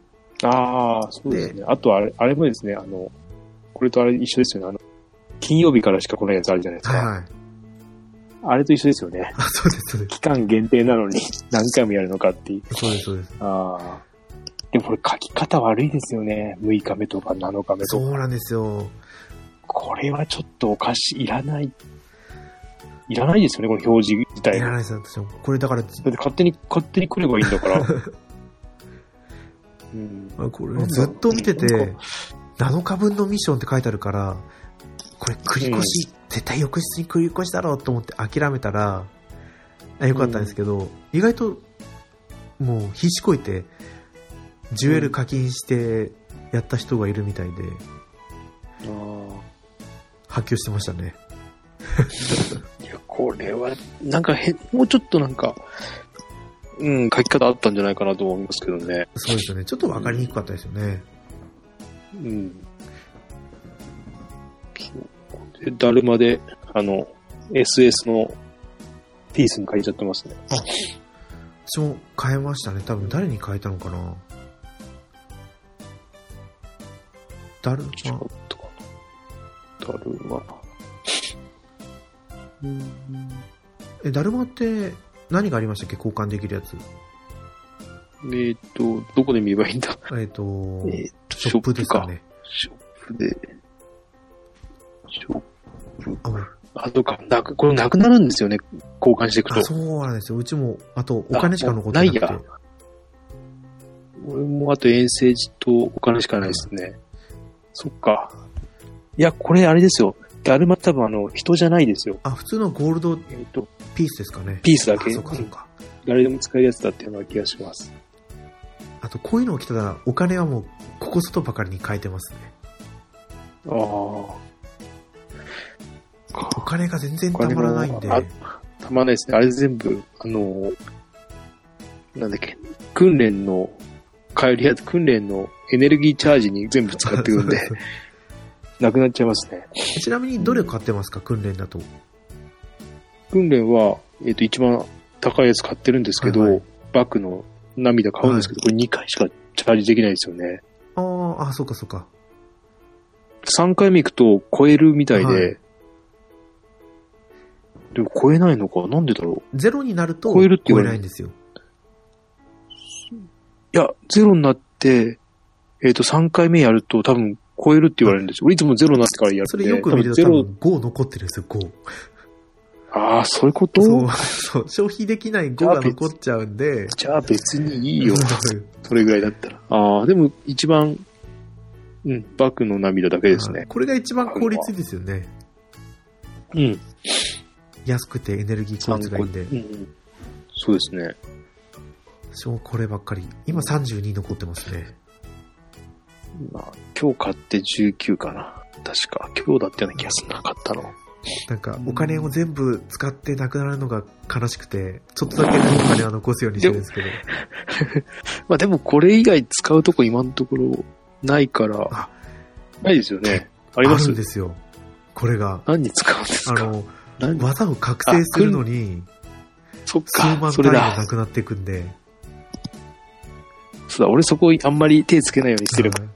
S2: ああ、そうですね。あとあれ、あれもですね、あの、これとあれ一緒ですよね。あの、金曜日からしか来ないやつあるじゃないです
S1: はい
S2: か。
S1: はい。
S2: あれと一緒ですよね。
S1: あ、そうです、そうです。
S2: 期間限定なのに何回もやるのかっていう。
S1: そうです、そうです。
S2: ああ。でもこれ書き方悪いですよね。6日目とか7日目
S1: そ
S2: とか。
S1: うなんですよ。
S2: これはちょっとおかしい。いらない。いらないですよね、この表示自
S1: い
S2: 体
S1: ら
S2: が。
S1: ないです、私も。これだから、
S2: だって勝手に、勝手に来ればいいんだから。うん。
S1: あこ
S2: なん
S1: れ
S2: か
S1: ずっと見て
S2: な
S1: て
S2: んか、
S1: 7日分のミッションって書いてあるから、これ繰り越し、絶対翌日に繰り越しだろうと思って諦めたら、あよかったんですけど、意外と、もう必死こいて、ジュエル課金してやった人がいるみたいで、
S2: ああ。
S1: 発狂してましたね。
S2: いや、これは、なんかへ、もうちょっとなんか、うん、書き方あったんじゃないかなと思いますけどね。
S1: そうですよね。ちょっとわかりにくかったですよね。
S2: うん。でだるまで、あの、SS のピースに書いちゃってますね。
S1: 私も変えましたね。多分誰に変えたのかなだる
S2: ちょっとかな。だるま。うん。
S1: え、だるまって何がありましたっけ交換できるやつ。
S2: えっ、と、どこで見ればいいんだ
S1: えっ、と、
S2: えーと、
S1: ショップですかね。
S2: ショップで。ショップ。
S1: あ、もう
S2: あ、そうか。なく、これなくなるんですよね。交換していくと
S1: あ。そうなんですよ。うちも、あと、お金しか残ってなくて。
S2: あもうない俺もあと遠征時とお金しかないですね。そっか。いや、これあれですよ。だるま多分あの、人じゃないですよ。
S1: あ、普通のゴールド
S2: えっ、と、
S1: ピースですかね。
S2: ピースだけ
S1: あ、そうかそうか。
S2: 誰でも使えるやつだっていうような気がします。
S1: あと、こういうのを着たら、お金はもう、ここ外ばかりに変えてますね。
S2: ああ。
S1: お
S2: か
S1: 金が全然たまらないんで。
S2: お金もたまらないですね。あれ全部、あの、なんだっけ、訓練の、帰りや、訓練のエネルギーチャージに全部使って くるんで
S1: そう、
S2: なくなっちゃいますね。
S1: そうちなみに、どれ買ってますか訓練だと。
S2: 訓練は、えっ、と、一番高いやつ買ってるんですけど、
S1: はいはい
S2: バックの涙買うんですけど、これ2回しかチャージできないですよね。
S1: あーあ、そうかそうか。
S2: 3回目行くと超えるみたいで、
S1: はい
S2: でも超えないのかなんでだろう
S1: ゼロになると、
S2: 超えるって言
S1: 超
S2: わ
S1: え
S2: れる
S1: ないんですよ。
S2: いや、ゼロになって、えっ、と、3回目やると多分超えるって言われるんですよ。俺いつもゼロになってからやるんで。
S1: それよく見ると、
S2: 多
S1: 多
S2: 分ゼ
S1: 分5残ってるんですよ、5。
S2: ロ、ああ、そういうこと
S1: そう、そう、消費できない5が残っちゃうんで。
S2: じゃあ別に いいよ。
S1: そう
S2: それぐらいだったら。ああ、でも一番、うん、バックの涙だけですね。
S1: これが一番効率いいですよね。
S2: うん。
S1: 安くてエネルギー効率がいいんで。
S2: うんうんそうですね。
S1: 私もこればっかり。今32残ってますね。
S2: まあ、今日買って19かな。確か、今日だったような気がするなかったの。
S1: なんか、お金を全部使ってなくなるのが悲しくて、ちょっとだけのお金は残すようにしてるんですけど。
S2: まあでもこれ以外使うとこ今のところないから
S1: あ、
S2: ないですよね。あ
S1: あ
S2: りま
S1: る
S2: す
S1: んですよ。これが。
S2: 何に使うんです
S1: あ
S2: か
S1: の、
S2: 何
S1: 技を確定するのに、
S2: そっ
S1: 数
S2: か、
S1: 万
S2: そ
S1: 単
S2: れ
S1: 位
S2: だ
S1: がな。くなっていくんで。
S2: そうだ、俺そこあんまり手つけないようにしてれば。
S1: はい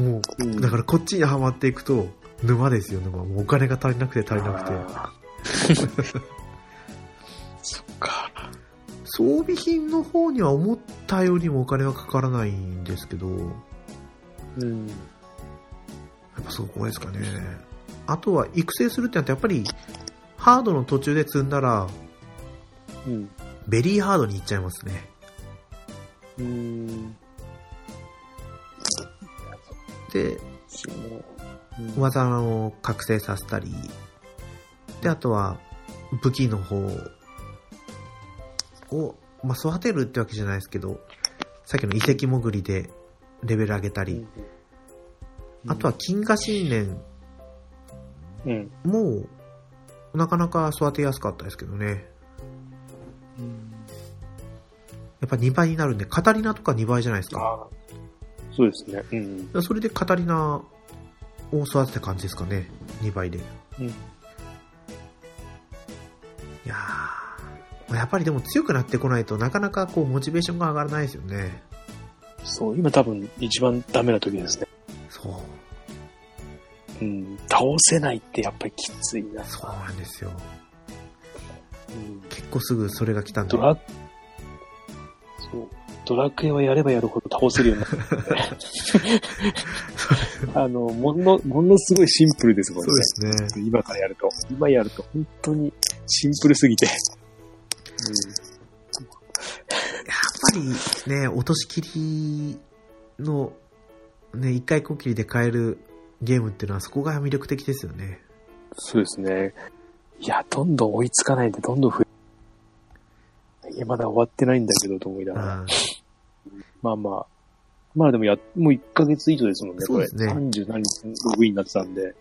S1: も
S2: うん
S1: う、だからこっちにはまっていくと、沼ですよ、沼。もうお金が足りなくて足りなくて。
S2: あー そっか。
S1: 装備品の方には思ったよりもお金はかからないんですけど、や
S2: うん。
S1: っぱそこですかね。あとは育成するってなったらやっぱり、ハードの途中で積んだら、
S2: うん。
S1: ベリーハードに行っちゃいますね。
S2: うーん。
S1: で、
S2: そうねうん
S1: 技を覚醒させたり、で、あとは、武器の方を、まあ、育てるってわけじゃないですけど、さっきの遺跡潜りでレベル上げたり、あとは、金河新年
S2: うん。
S1: も、なかなか育てやすかったですけどね。
S2: うん
S1: やっぱ2倍になるんで、カタリナとか2倍じゃないですか。
S2: ああ。そうですね。うん。
S1: それでカタリナを育てた感じですかね。2倍で。
S2: うん
S1: いやーやっぱりでも強くなってこないとなかなかこうモチベーションが上がらないですよね。
S2: そう、今多分一番ダメな時ですね。
S1: そう。
S2: うん。倒せないってやっぱりきついな。
S1: そうなんですよ。
S2: うん
S1: 結構すぐそれが来たんで。
S2: ドラ、そう。ドラクエはやればやるほど倒せるようになるんで あの、もの、ものすごいシンプルですもんね。
S1: そうですね。
S2: 今からやると。今やると本当にシンプルすぎて。
S1: やっぱりね、落としきりの、ね、一回こっきりで買えるゲームっていうのはそこが魅力的ですよね。
S2: そうですね。いや、どんどん追いつかないで、どんどん増え、いや、まだ終わってないんだけど、と思いながら。
S1: うん
S2: まあまあ。まあでもや、もう1ヶ月以上ですもんね、
S1: そうですね
S2: これ。30何日ログインになってたんで。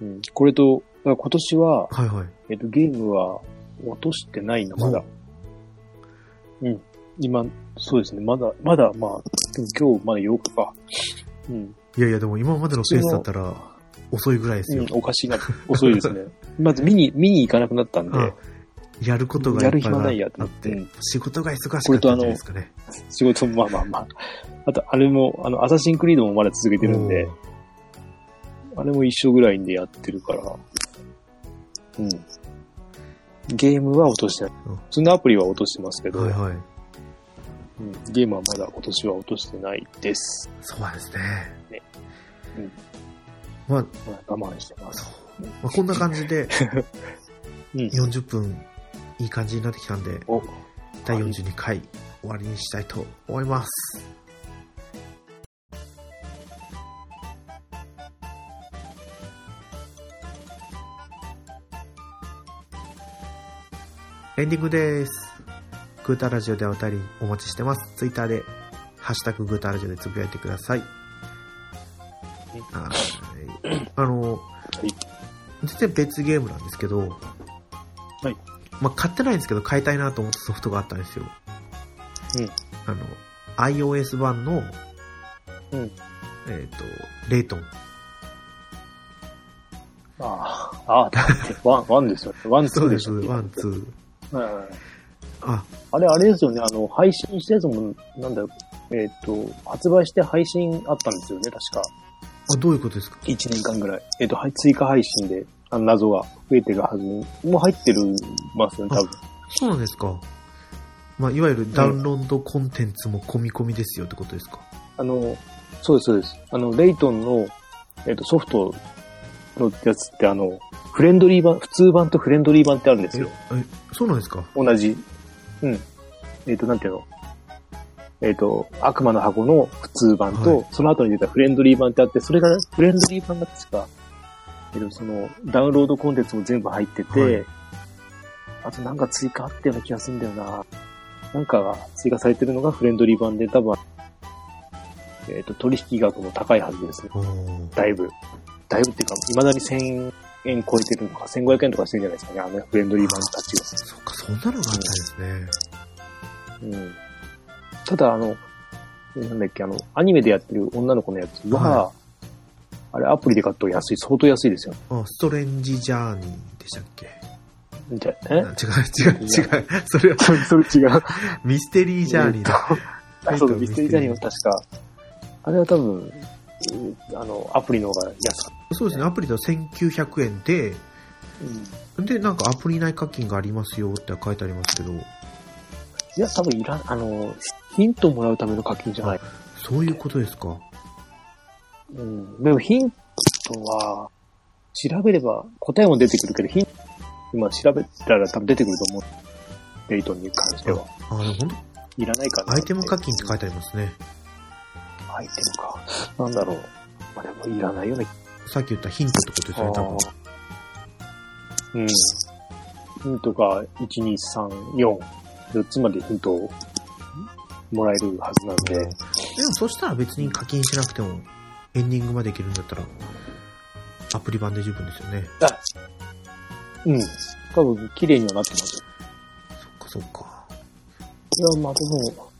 S2: うん。これと、だから今年は、
S1: はいはい。
S2: えっと、ゲームは落としてないな、まだ。うん。今、そうですね。まだ、まだ、まあ、でも今日まだ8日か。うん。
S1: いやいや、でも今までのペースだったら遅いぐらいです
S2: う
S1: よ
S2: ん。、おかしいな。遅 いですね。まず見に、見に行かなくなったんで、
S1: うんやることがいっぱい
S2: やる暇ないや
S1: あっ
S2: う
S1: て
S2: ん、
S1: 仕事が忙しかったんじゃないですかね。
S2: 仕事もまあまあまあ。あと、あれも、あの、アサシンクリードもまだ続けてるんで、あれも一緒ぐらいでやってるから、うん。ゲームは落としてない。
S1: うん
S2: 普通のアプリは落としてますけ
S1: お
S2: ど、
S1: ーはいはい。
S2: うん、ゲームはまだ今年は落としてないです。
S1: そうなんですね
S2: ねうん。
S1: まあ、
S2: まあ我慢してます。
S1: そう。まあ、こんな感じ で
S2: うん。
S1: 40分いい感じになってきたんで、
S2: お
S1: 第42回終わりにしたいと思います。エンディングです。グータラジオではお便りお待ちしてます。ツイッターで、ハッシュタググータラジオでつぶやいてください。はいあの、
S2: い
S1: 全然別ゲームなんですけど、
S2: はい
S1: まあ、買ってないんですけど、買いたいなと思ったソフトがあったんですよ。
S2: うん
S1: あの、iOS 版の、
S2: うん
S1: えっ、と、レイトン。
S2: ああ、ああ、だって、ワン、ワンですよね。ワン、ツ
S1: そ
S2: ー
S1: う
S2: で
S1: で
S2: し
S1: す、
S2: ょ。
S1: ワン、ツー。
S2: うん
S1: あ、
S2: あれ、あれですよね。あの、配信したやつも、なんだよ。えっ、と、発売して配信あったんですよね、確か。
S1: あどういうことですか
S2: 1年間ぐらい。えっ、と、はい追加配信で、あの、謎が増えてるはずに、もう入ってるますね、多分。
S1: そうなんですか。まあ、いわゆるダウンロードコンテンツも込み込みですよってことですか。
S2: あの、そうです、そうです。あの、レイトンの、えっ、と、ソフトのやつって、あの、フレンドリー版、普通版とフレンドリー版ってあるんです
S1: え
S2: よ。、
S1: えそうなんですか
S2: 同じ、うん。えっ、と、なんていうのえっ、と、悪魔の箱の普通版と、
S1: は
S2: その後に出たフレンドリー版ってあって、それが、フレンドリー版が確か、えっ、と、その、ダウンロードコンテンツも全部入ってて、
S1: はい
S2: あとなんか追加あったような気がするんだよな。なんかが追加されてるのがフレンドリー版で、多分、えっ、と、取引額も高いはずですね。
S1: おー
S2: だいぶ。だいぶっていうか、未だに1000円超えてるのか、1500円とかしてるんじゃないですかね、あのフレンドリー版たちが。
S1: そっか、そんなのがあったんですね。
S2: うんただ、あの、なんだっけ、あの、アニメでやってる女の子のやつは、
S1: は
S2: あれアプリで買ったら安い、相当安いですよ。
S1: あ、ストレンジジャーニーでしたっけ
S2: じゃ
S1: あ
S2: え
S1: 違う、違う、違う。それは
S2: それそれ違う。
S1: ミステリージャーニーだ。
S2: えっとあそうだ、ミステリージャーニーは確か、あれは多分、うんあの、アプリの方が安かっ
S1: そうですね、アプリだと1900円で、
S2: た。うん
S1: で、なんかアプリ内課金がありますよって書いてありますけど、
S2: いや、多分いらん、あの、ヒントをもらうための課金じゃない。
S1: そういうことですか。
S2: うん。でもヒントは、調べれば、答えも出てくるけど、ヒント、今調べたら多分出てくると思う。エイトに関しては。
S1: あ、でも本
S2: いらないか
S1: 当ア
S2: なって。
S1: イテム課金って書いてありますね。
S2: アイテムか。なんだろう。まあ、でもいらないよね。
S1: さっき言ったヒントってことですよね、多分。
S2: うん。ヒントが、1、2、3、4。4つまでヒントをもらえるはずなんで。
S1: でもそしたら別に課金しなくてもエンディングまでいけるんだったらアプリ版で十分ですよね。
S2: うん。多分、綺麗にはなってます。
S1: そっかそっか。
S2: いや、まあ、でも、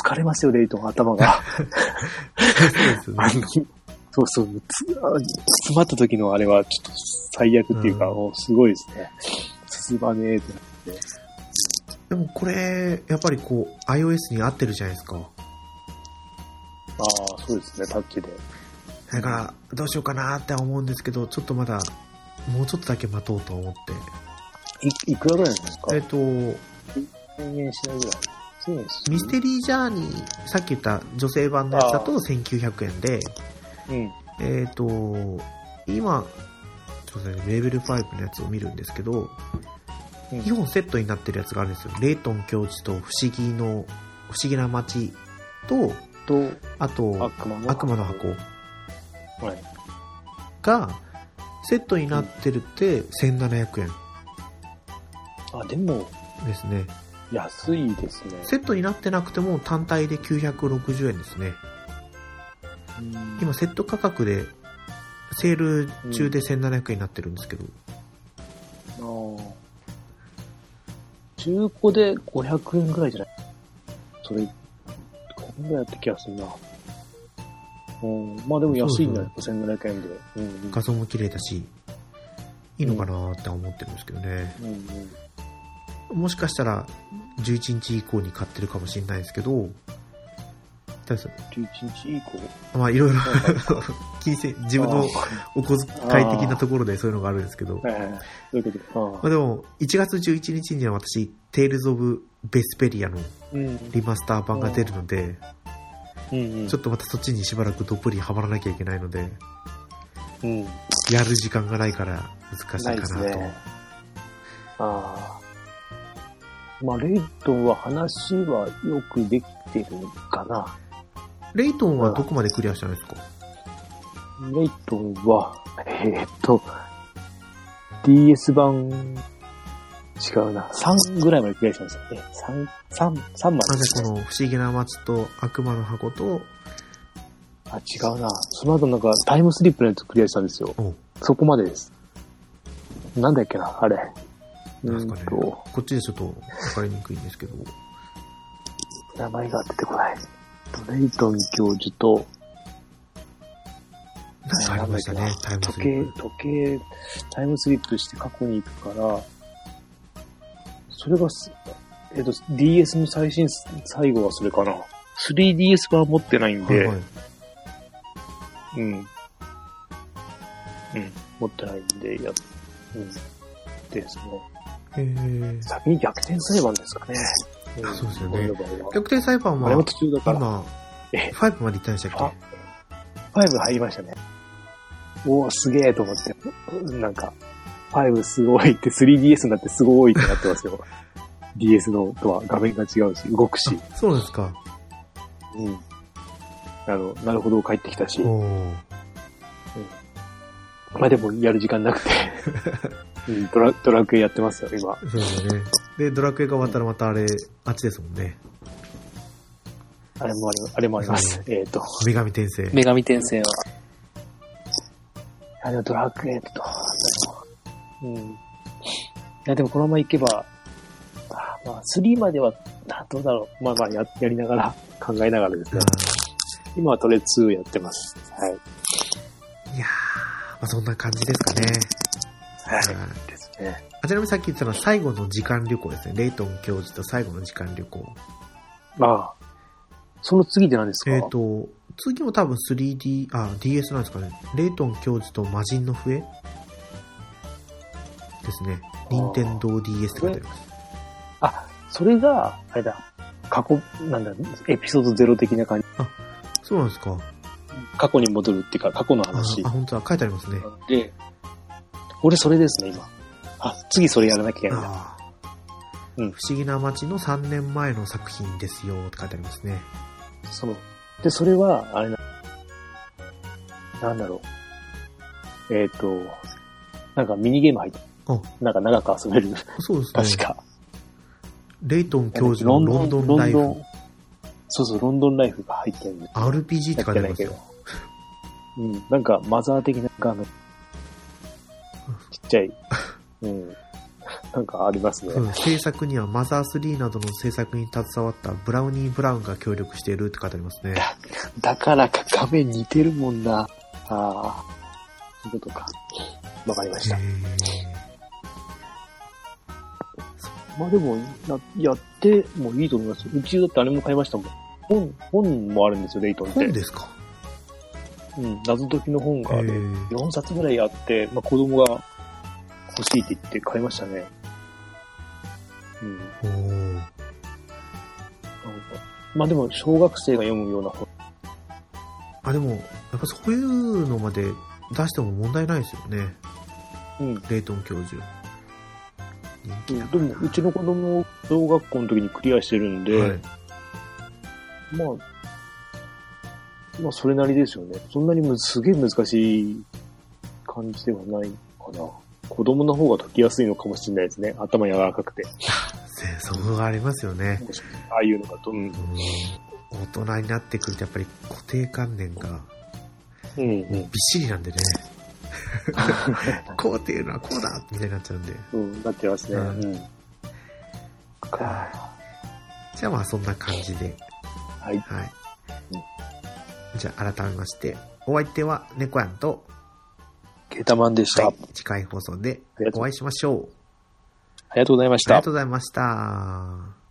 S2: 疲れますよ、レイトン、頭が。
S1: そうですよ
S2: あ
S1: ね。
S2: の、 そうそう、つあ詰まった時のあれは、ちょっと最悪っていうか、
S1: うん
S2: もうすごいですね。進まねえってなって。
S1: でもこれ、やっぱりこう iOS に合ってるじゃないですか。
S2: ああ、そうですね、タッチで。
S1: だからどうしようかなって思うんですけど、ちょっとまだもうちょっとだけ待とうと思って。
S2: いいくらぐらいなんですか
S1: えっと、
S2: 1000円しないぐらい。そうです。
S1: ミステリージャーニー、さっき言った女性版のやつだと
S2: あ
S1: 1900円で、
S2: うん。
S1: えっ、と、今、ちょっとね、レベル5のやつを見るんですけど、
S2: うん
S1: 2本セットになってるやつがあるんですよ。レイトン教授と不思議の、不思議な街と、
S2: と、
S1: あと、
S2: 悪魔の
S1: 悪魔の箱
S2: はい。
S1: が、セットになってるって1700円
S2: あ、でも、
S1: ですね。
S2: 安いですね。
S1: セットになってなくても単体で960円ですね。
S2: うん
S1: 今セット価格で、セール中で1700円になってるんですけど、
S2: あー中古で500円ぐらいじゃないそれ、こんぐらいやった気がするな。うん、まあでも安いんだよ、1700円で。うん、うん。
S1: 画像も綺麗だし、いいのかなーって思ってるんですけどね。
S2: うんうん、
S1: もしかしたら11日以降に買ってるかもしれないですけど、ただそ
S2: 11日以降
S1: まあいろいろ
S2: なんか
S1: 金銭、自分のお小遣い的なところでそういうのがあるんですけど、
S2: はいはいはいそういうこと
S1: まあ、でも1月11日には私、テイルズ・オブ・ベスペリアの
S2: あーうん
S1: リマスター版が出るので、
S2: うんうん
S1: ちょっとまたそっちにしばらくどっぷりハマらなきゃいけないので、
S2: うん
S1: やる時間がないから難しい
S2: ないで
S1: か
S2: す
S1: なと。
S2: ね。ああ。まあ、レイトンは話はよくできてるかな。
S1: レイトンはどこまでクリアしたんですか
S2: レイトンは、えーっと、DS 版、違うな。3ぐらいまでクリアしたんですよね。3、3、3ま
S1: な
S2: で
S1: ぜ。この不思議な街と悪魔の箱と、
S2: あ、違うな。その後なんかタイムスリップのやつクリアしたんですよ。
S1: おう
S2: そこまでです。なんだっけな、あれ。う
S1: なんですかね
S2: ーん。と
S1: こ、っちでちょっと分かりにくいんですけど。
S2: 名前が出てこない。レイトン教授と、
S1: なんかありましたね、タイム
S2: 時
S1: スリ
S2: 計
S1: ップ。、
S2: 時計、タイムスリップして過去に行くから、それがす、えっ、と、DS の最新、最後はそれかな。3DS 版持ってないんで、
S1: はいはい。
S2: うん。うん、持ってないんで、や、うん。ですね。
S1: えー、
S2: 先に逆転裁判ですかね。ん
S1: そうですよね
S2: こういう場合は
S1: 逆転裁判
S2: あれも
S1: は、
S2: 途中だから、
S1: 今、
S2: え
S1: 5まで行ったんでしたっ
S2: 5入りましたね。おお、すげえと思って、なんか、5すごいって、3DS になってすごいってなってますよ。DS のとは画面が違うし、動くし、
S1: けそうですか。
S2: うん。あの、なるほど、帰ってきたし、
S1: おー
S2: まあでもやる時間なくて、うん、ドラドラクエやってますよ、今。
S1: そうですよね。で、ドラクエが終わったらまたあれ、あっちですもんね。
S2: あれもありあれもあります。えっ、と、
S1: 女神転生。
S2: 女神転生は。あ、でもドラクエと、うん。いや、でもこのまま行けば、あまあ、3までは、などうだろう。まあまあや、やりながら、考えながらですね。今はとりあえず2やってます。はい。
S1: あーいやー、まあそんな感じですかね。
S2: は
S1: はい
S2: い。ですね。
S1: あちなみにさっき言ってたのは最後の時間旅行ですね。レイトン教授と最後の時間旅行。
S2: まあ、その次で何ですか
S1: えっ、と、次も多分 3D、あ、DS なんですかね。レイトン教授と魔人の笛ですね。任天堂 DS って書いてあります。
S2: あ、それが、あれだ、過去、なんだ、エピソードゼロ的な感じ。
S1: そうなんですか。
S2: 過去に戻るっていうか、過去の
S1: あ
S2: 話
S1: あ、。本当だ。書いてありますね。
S2: で、俺それですね、今。あ、次それやらなきゃいけないんだ。
S1: ああ。
S2: うん
S1: 不。思議な街の3年前の作品ですよって書いてありますね。
S2: その、で、それは、あれな、なんだろう。えっ、と、なんかミニゲーム入って
S1: あ、
S2: なんか長く遊べる。
S1: そうですね。
S2: 確か。
S1: レイトン教授のロンドンライ
S2: ロ
S1: フ
S2: ン。そうそう、ロンドンライフが入ってる。
S1: RPG って
S2: や
S1: 書
S2: っ
S1: いて
S2: て
S1: あ
S2: な
S1: りま
S2: い
S1: す
S2: けど
S1: よ。。
S2: うん、なんかマザー的な画面。ちっちゃい。うん。なんかありますね。
S1: うん、制作にはマザー3などの制作に携わったブラウニー・ブラウンが協力しているって書いてありますね。
S2: だからか画面似てるもんな。ああ。そういうことか。わかりました。
S1: へ
S2: まあでもや、やってもいいと思います。うちだってあれも買いましたもん。本、本もあるんですよ、レイトン
S1: ー
S2: って。
S1: 本ですか
S2: うん、謎解きの本があ
S1: へ
S2: る。
S1: ー
S2: 4冊ぐらいあって、まあ子供が欲しいって言って買いましたね。うん。
S1: おー
S2: なんかまあでも、小学生が読むような本。
S1: あ、でも、やっぱそういうのまで出しても問題ないですよね。
S2: うん。
S1: レイトン教授。人気だ
S2: でも、うちの子供、小学校の時にクリアしてるんで、
S1: はい。
S2: まあ、まあ、それなりですよね。そんなにむすげえ難しい感じではないかな。子供の方が解きやすいのかもしれないですね。頭柔らかくて。
S1: 戦争がありますよね。
S2: ああいうのだと。うん
S1: う。ん。大人になってくるとやっぱり固定観念が
S2: うん、
S1: びっしりなん でね。こうっていうのはこうだみたいになっちゃうんで。
S2: うん。なってますね。
S1: うん
S2: うん。か
S1: じゃあまあそんな感じで。
S2: はい。
S1: はい。
S2: うん
S1: じゃあ改めまして、お相手は猫やんと、
S2: ケータマンでした。
S1: はい次回放送で
S2: ありがとう
S1: お会いしましょう。
S2: ありがとうございま
S1: あ
S2: し
S1: り
S2: た
S1: が。とうございました。